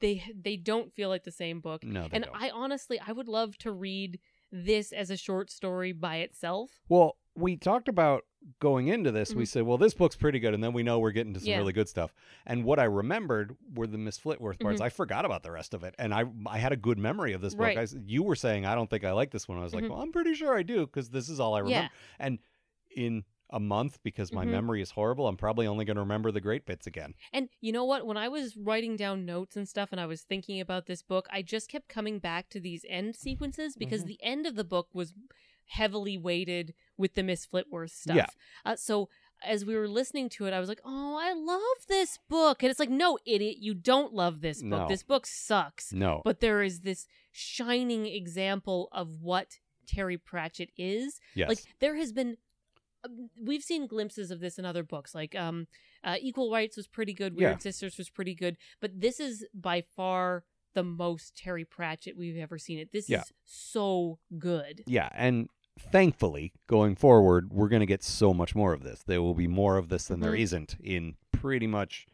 C: they they don't feel like the same book.
B: No, they
C: and
B: don't.
C: I honestly, I would love to read this as a short story by itself.
B: Well, we talked about going into this. We said, well, this book's pretty good. And then we know we're getting to some
C: Mm-hmm. Yeah.
B: really good stuff. And what I remembered were the Miss Flitworth parts. I forgot about the rest of it. And I I had a good memory of this book.
C: Mm-hmm.
B: I
C: Right.
B: s you were saying, I don't think I like this one. I was
C: Mhm.
B: like, well, I'm pretty sure I do because this is all I remember.
C: Yeah.
B: And in a month, because my
C: Mhm.
B: memory is horrible, I'm probably only going to remember the great bits again.
C: And you know what? When I was writing down notes and stuff and I was thinking about this book, I just kept coming back to these end sequences because
B: Mhm.
C: the end of the book was heavily weighted with the Miss Flitworth stuff.
B: Yeah.
C: Uh, so as we were listening to it, I was like, oh, I love this book. And it's like, no, idiot, you don't love this book.
B: No.
C: This book sucks.
B: No.
C: But there is this shining example of what Terry Pratchett is
B: yes.
C: like there has been um, we've seen glimpses of this in other books like um uh, equal rights was pretty good weird
B: Yeah.
C: sisters was pretty good but this is by far the most terry pratchett we've ever seen it this
B: Yeah.
C: is so good
B: Yeah, and thankfully, going forward, we're going to get so much more of this. There will be more of this than there
C: Mhm.
B: isn't in pretty much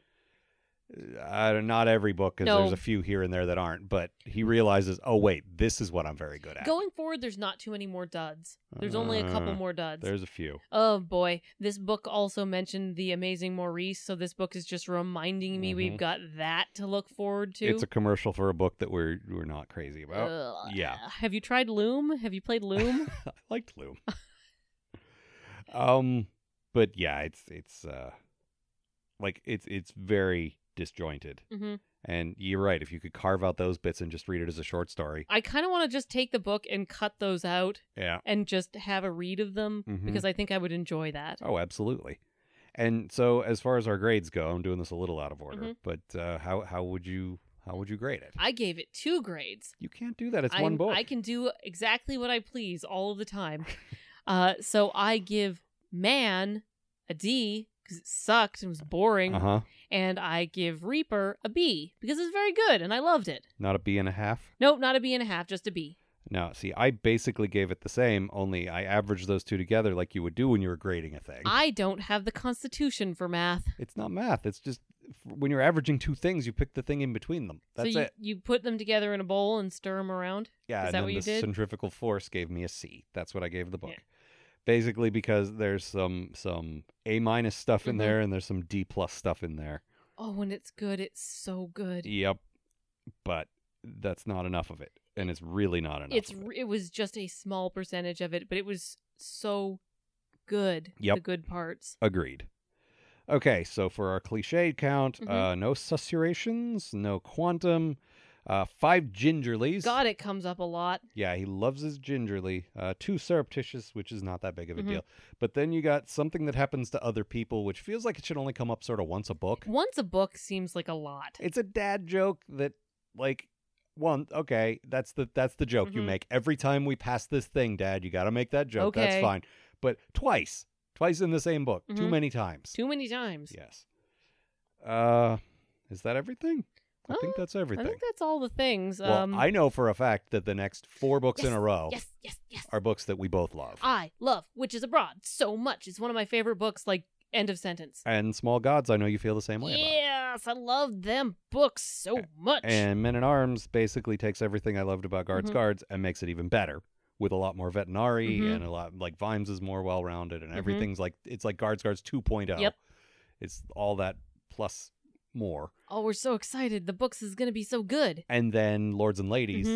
B: uh, not every book, because there's
C: No. Mm-hmm.
B: a few here and there that aren't. But he realizes, oh wait, this is what I'm very good at.
C: going forward there's not too many more duds there's only a couple
B: Uh,
C: more duds
B: There's a few.
C: oh boy this book also mentioned the amazing maurice so this book is just reminding me we've
B: Mhm.
C: got that to look forward to
B: It's a commercial for a book that we're we're not crazy about.
C: Ugh.
B: yeah.
C: have you tried loom have you played loom
B: I liked Loom. um, but yeah, it's it's uh, like it's it's very disjointed.
C: mm-hmm.
B: And you're right. If you could carve out those bits and just read it as a short story,
C: I kind of want to just take the book and cut those out
B: yeah.
C: and just have a read of them
B: Mhm.
C: because I think I would enjoy that.
B: Oh, absolutely. And so, as far as our grades go, I'm doing this a little out of order.
C: Mhm.
B: But uh, how how would you how would you grade it?
C: I gave it two grades.
B: you can't do that. It's
C: I'm-
B: one book.
C: I can do exactly what I please all of the time. uh, so I give Man a D because it sucked and was boring,
B: Uh huh.
C: and I give Reaper a B because it's very good and I loved it.
B: Not a B and a half.
C: Nope, not a B and a half, just a B.
B: No, see, I basically gave it the same. Only I averaged those two together, like you would do when you were grading a thing.
C: I don't have the constitution for math.
B: it's not math. It's just when you're averaging two things, you pick the thing in between them. That's
C: so you,
B: it.
C: you put them together in a bowl and stir them around.
B: Yeah,
C: Is
B: and
C: that
B: then
C: what you
B: the
C: did?
B: centrifugal force gave me a C. That's what I gave the book.
C: Yeah.
B: Basically because there's some some A minus stuff in
C: Mhm.
B: there and there's some D plus stuff in there.
C: Oh, when it's good, it's so good.
B: Yep. But that's not enough of it. And it's really not enough.
C: it's
B: of
C: r
B: it.
C: it. was just a small percentage of it, but it was so good.
B: Yep.
C: the good parts.
B: agreed. Okay, so for our cliche count,
C: Mhm.
B: uh no susurrations, no quantum, uh five gingerlies.
C: God, it comes up a lot.
B: Yeah, he loves his gingerly. Uh, too surreptitious, which is not that big of a
C: Mhm.
B: deal. But then you got something that happens to other people, which feels like it should only come up sort of once a book.
C: Once a book seems like a lot.
B: It's a dad joke that, like, one okay, that's the that's the joke you
C: Mhm.
B: make every time we pass this thing, Dad. You got to make that joke. That's
C: Okay.
B: fine. But twice, twice in the same book, too
C: Mhm.
B: many times.
C: Too many times.
B: Yes. Uh, is that everything? I think
C: Uh,
B: that's
C: I
B: everything.
C: think that's all the things.
B: well,
C: um,
B: I know for a fact that the next four books in
C: Yes,
B: a row
C: yes, yes, yes.
B: are books that we both love.
C: I love Witches Abroad so much. It's one of my favorite books. Like end of sentence.
B: and Small Gods, I know you feel the same way about.
C: Yes, I love them books so much.
B: And Men in Arms basically takes everything I loved about Guards
C: Mhm.
B: Guards and makes it even better with a lot more veterinary
C: Mhm.
B: and a lot like Vimes is more well rounded and
C: Mhm.
B: everything's like oh. it's like Guards Guards 2.0.
C: Yep.
B: It's all that plus more.
C: Oh, we're so excited. The books is going to be so good.
B: And then Lords and Ladies,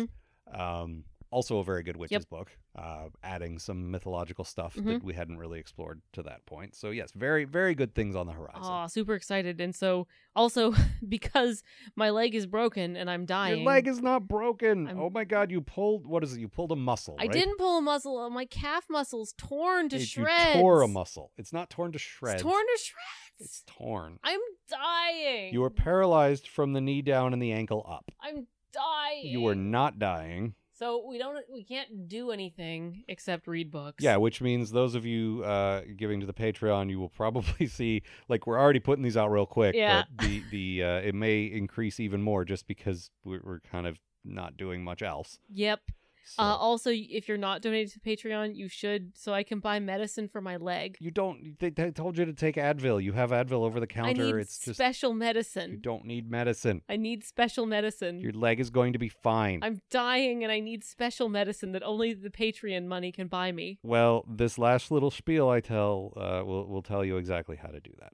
C: Mhm.
B: um, also a very good witches
C: Yep.
B: book, uh, adding some mythological stuff that
C: Mhm.
B: we hadn't really explored to that point. So yes, very very good things on the horizon.
C: Aw, super excited. And so, also, because my leg is broken and I'm dying.
B: Your leg is not broken.
C: I'm-
B: Oh my god, you pulled what is it? You pulled a muscle.
C: I
B: right?
C: didn't pull a muscle. uh, My calf muscle's torn to
B: It-
C: shreds.
B: You tore a muscle. It's not torn to shreds.
C: It's torn to shreds.
B: It's torn.
C: I'm dying.
B: You are paralyzed from the knee down and the ankle up.
C: I'm dying.
B: You are not dying.
C: So we don't. We can't do anything except read books.
B: Yeah, which means those of you uh, giving to the Patreon, you will probably see like we're already putting these out real quick.
C: Yeah.
B: But the the uh, it may increase even more just because we're, we're kind of not doing much else.
C: Yep.
B: So
C: Uh, also, if you're not donated to Patreon, you should, so I can buy medicine for my leg.
B: you don't. They, they told you to take Advil. You have Advil over the
C: I
B: counter.
C: need
B: it's just
C: special
B: you
C: medicine.
B: don't need medicine.
C: I need special medicine.
B: Your leg is going to be fine.
C: I'm dying, and I need special medicine that only the Patreon money can buy me.
B: Well, this last little spiel I tell uh, will will tell you exactly how to do that.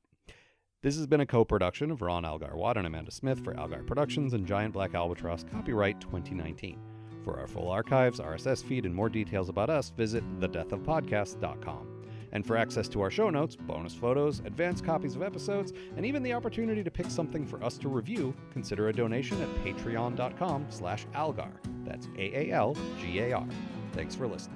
B: This has been a co-production of Ron Algar Watt and Amanda Smith for Algar Productions and Giant Black Albatross, copyright 2019. For our full archives, RSS feed, and more details about us, visit thedeathofpodcast.com. And for access to our show notes, bonus photos, advanced copies of episodes, and even the opportunity to pick something for us to review, consider a donation at patreon.com slash algar. That's A-A-L-G-A-R. Thanks for listening.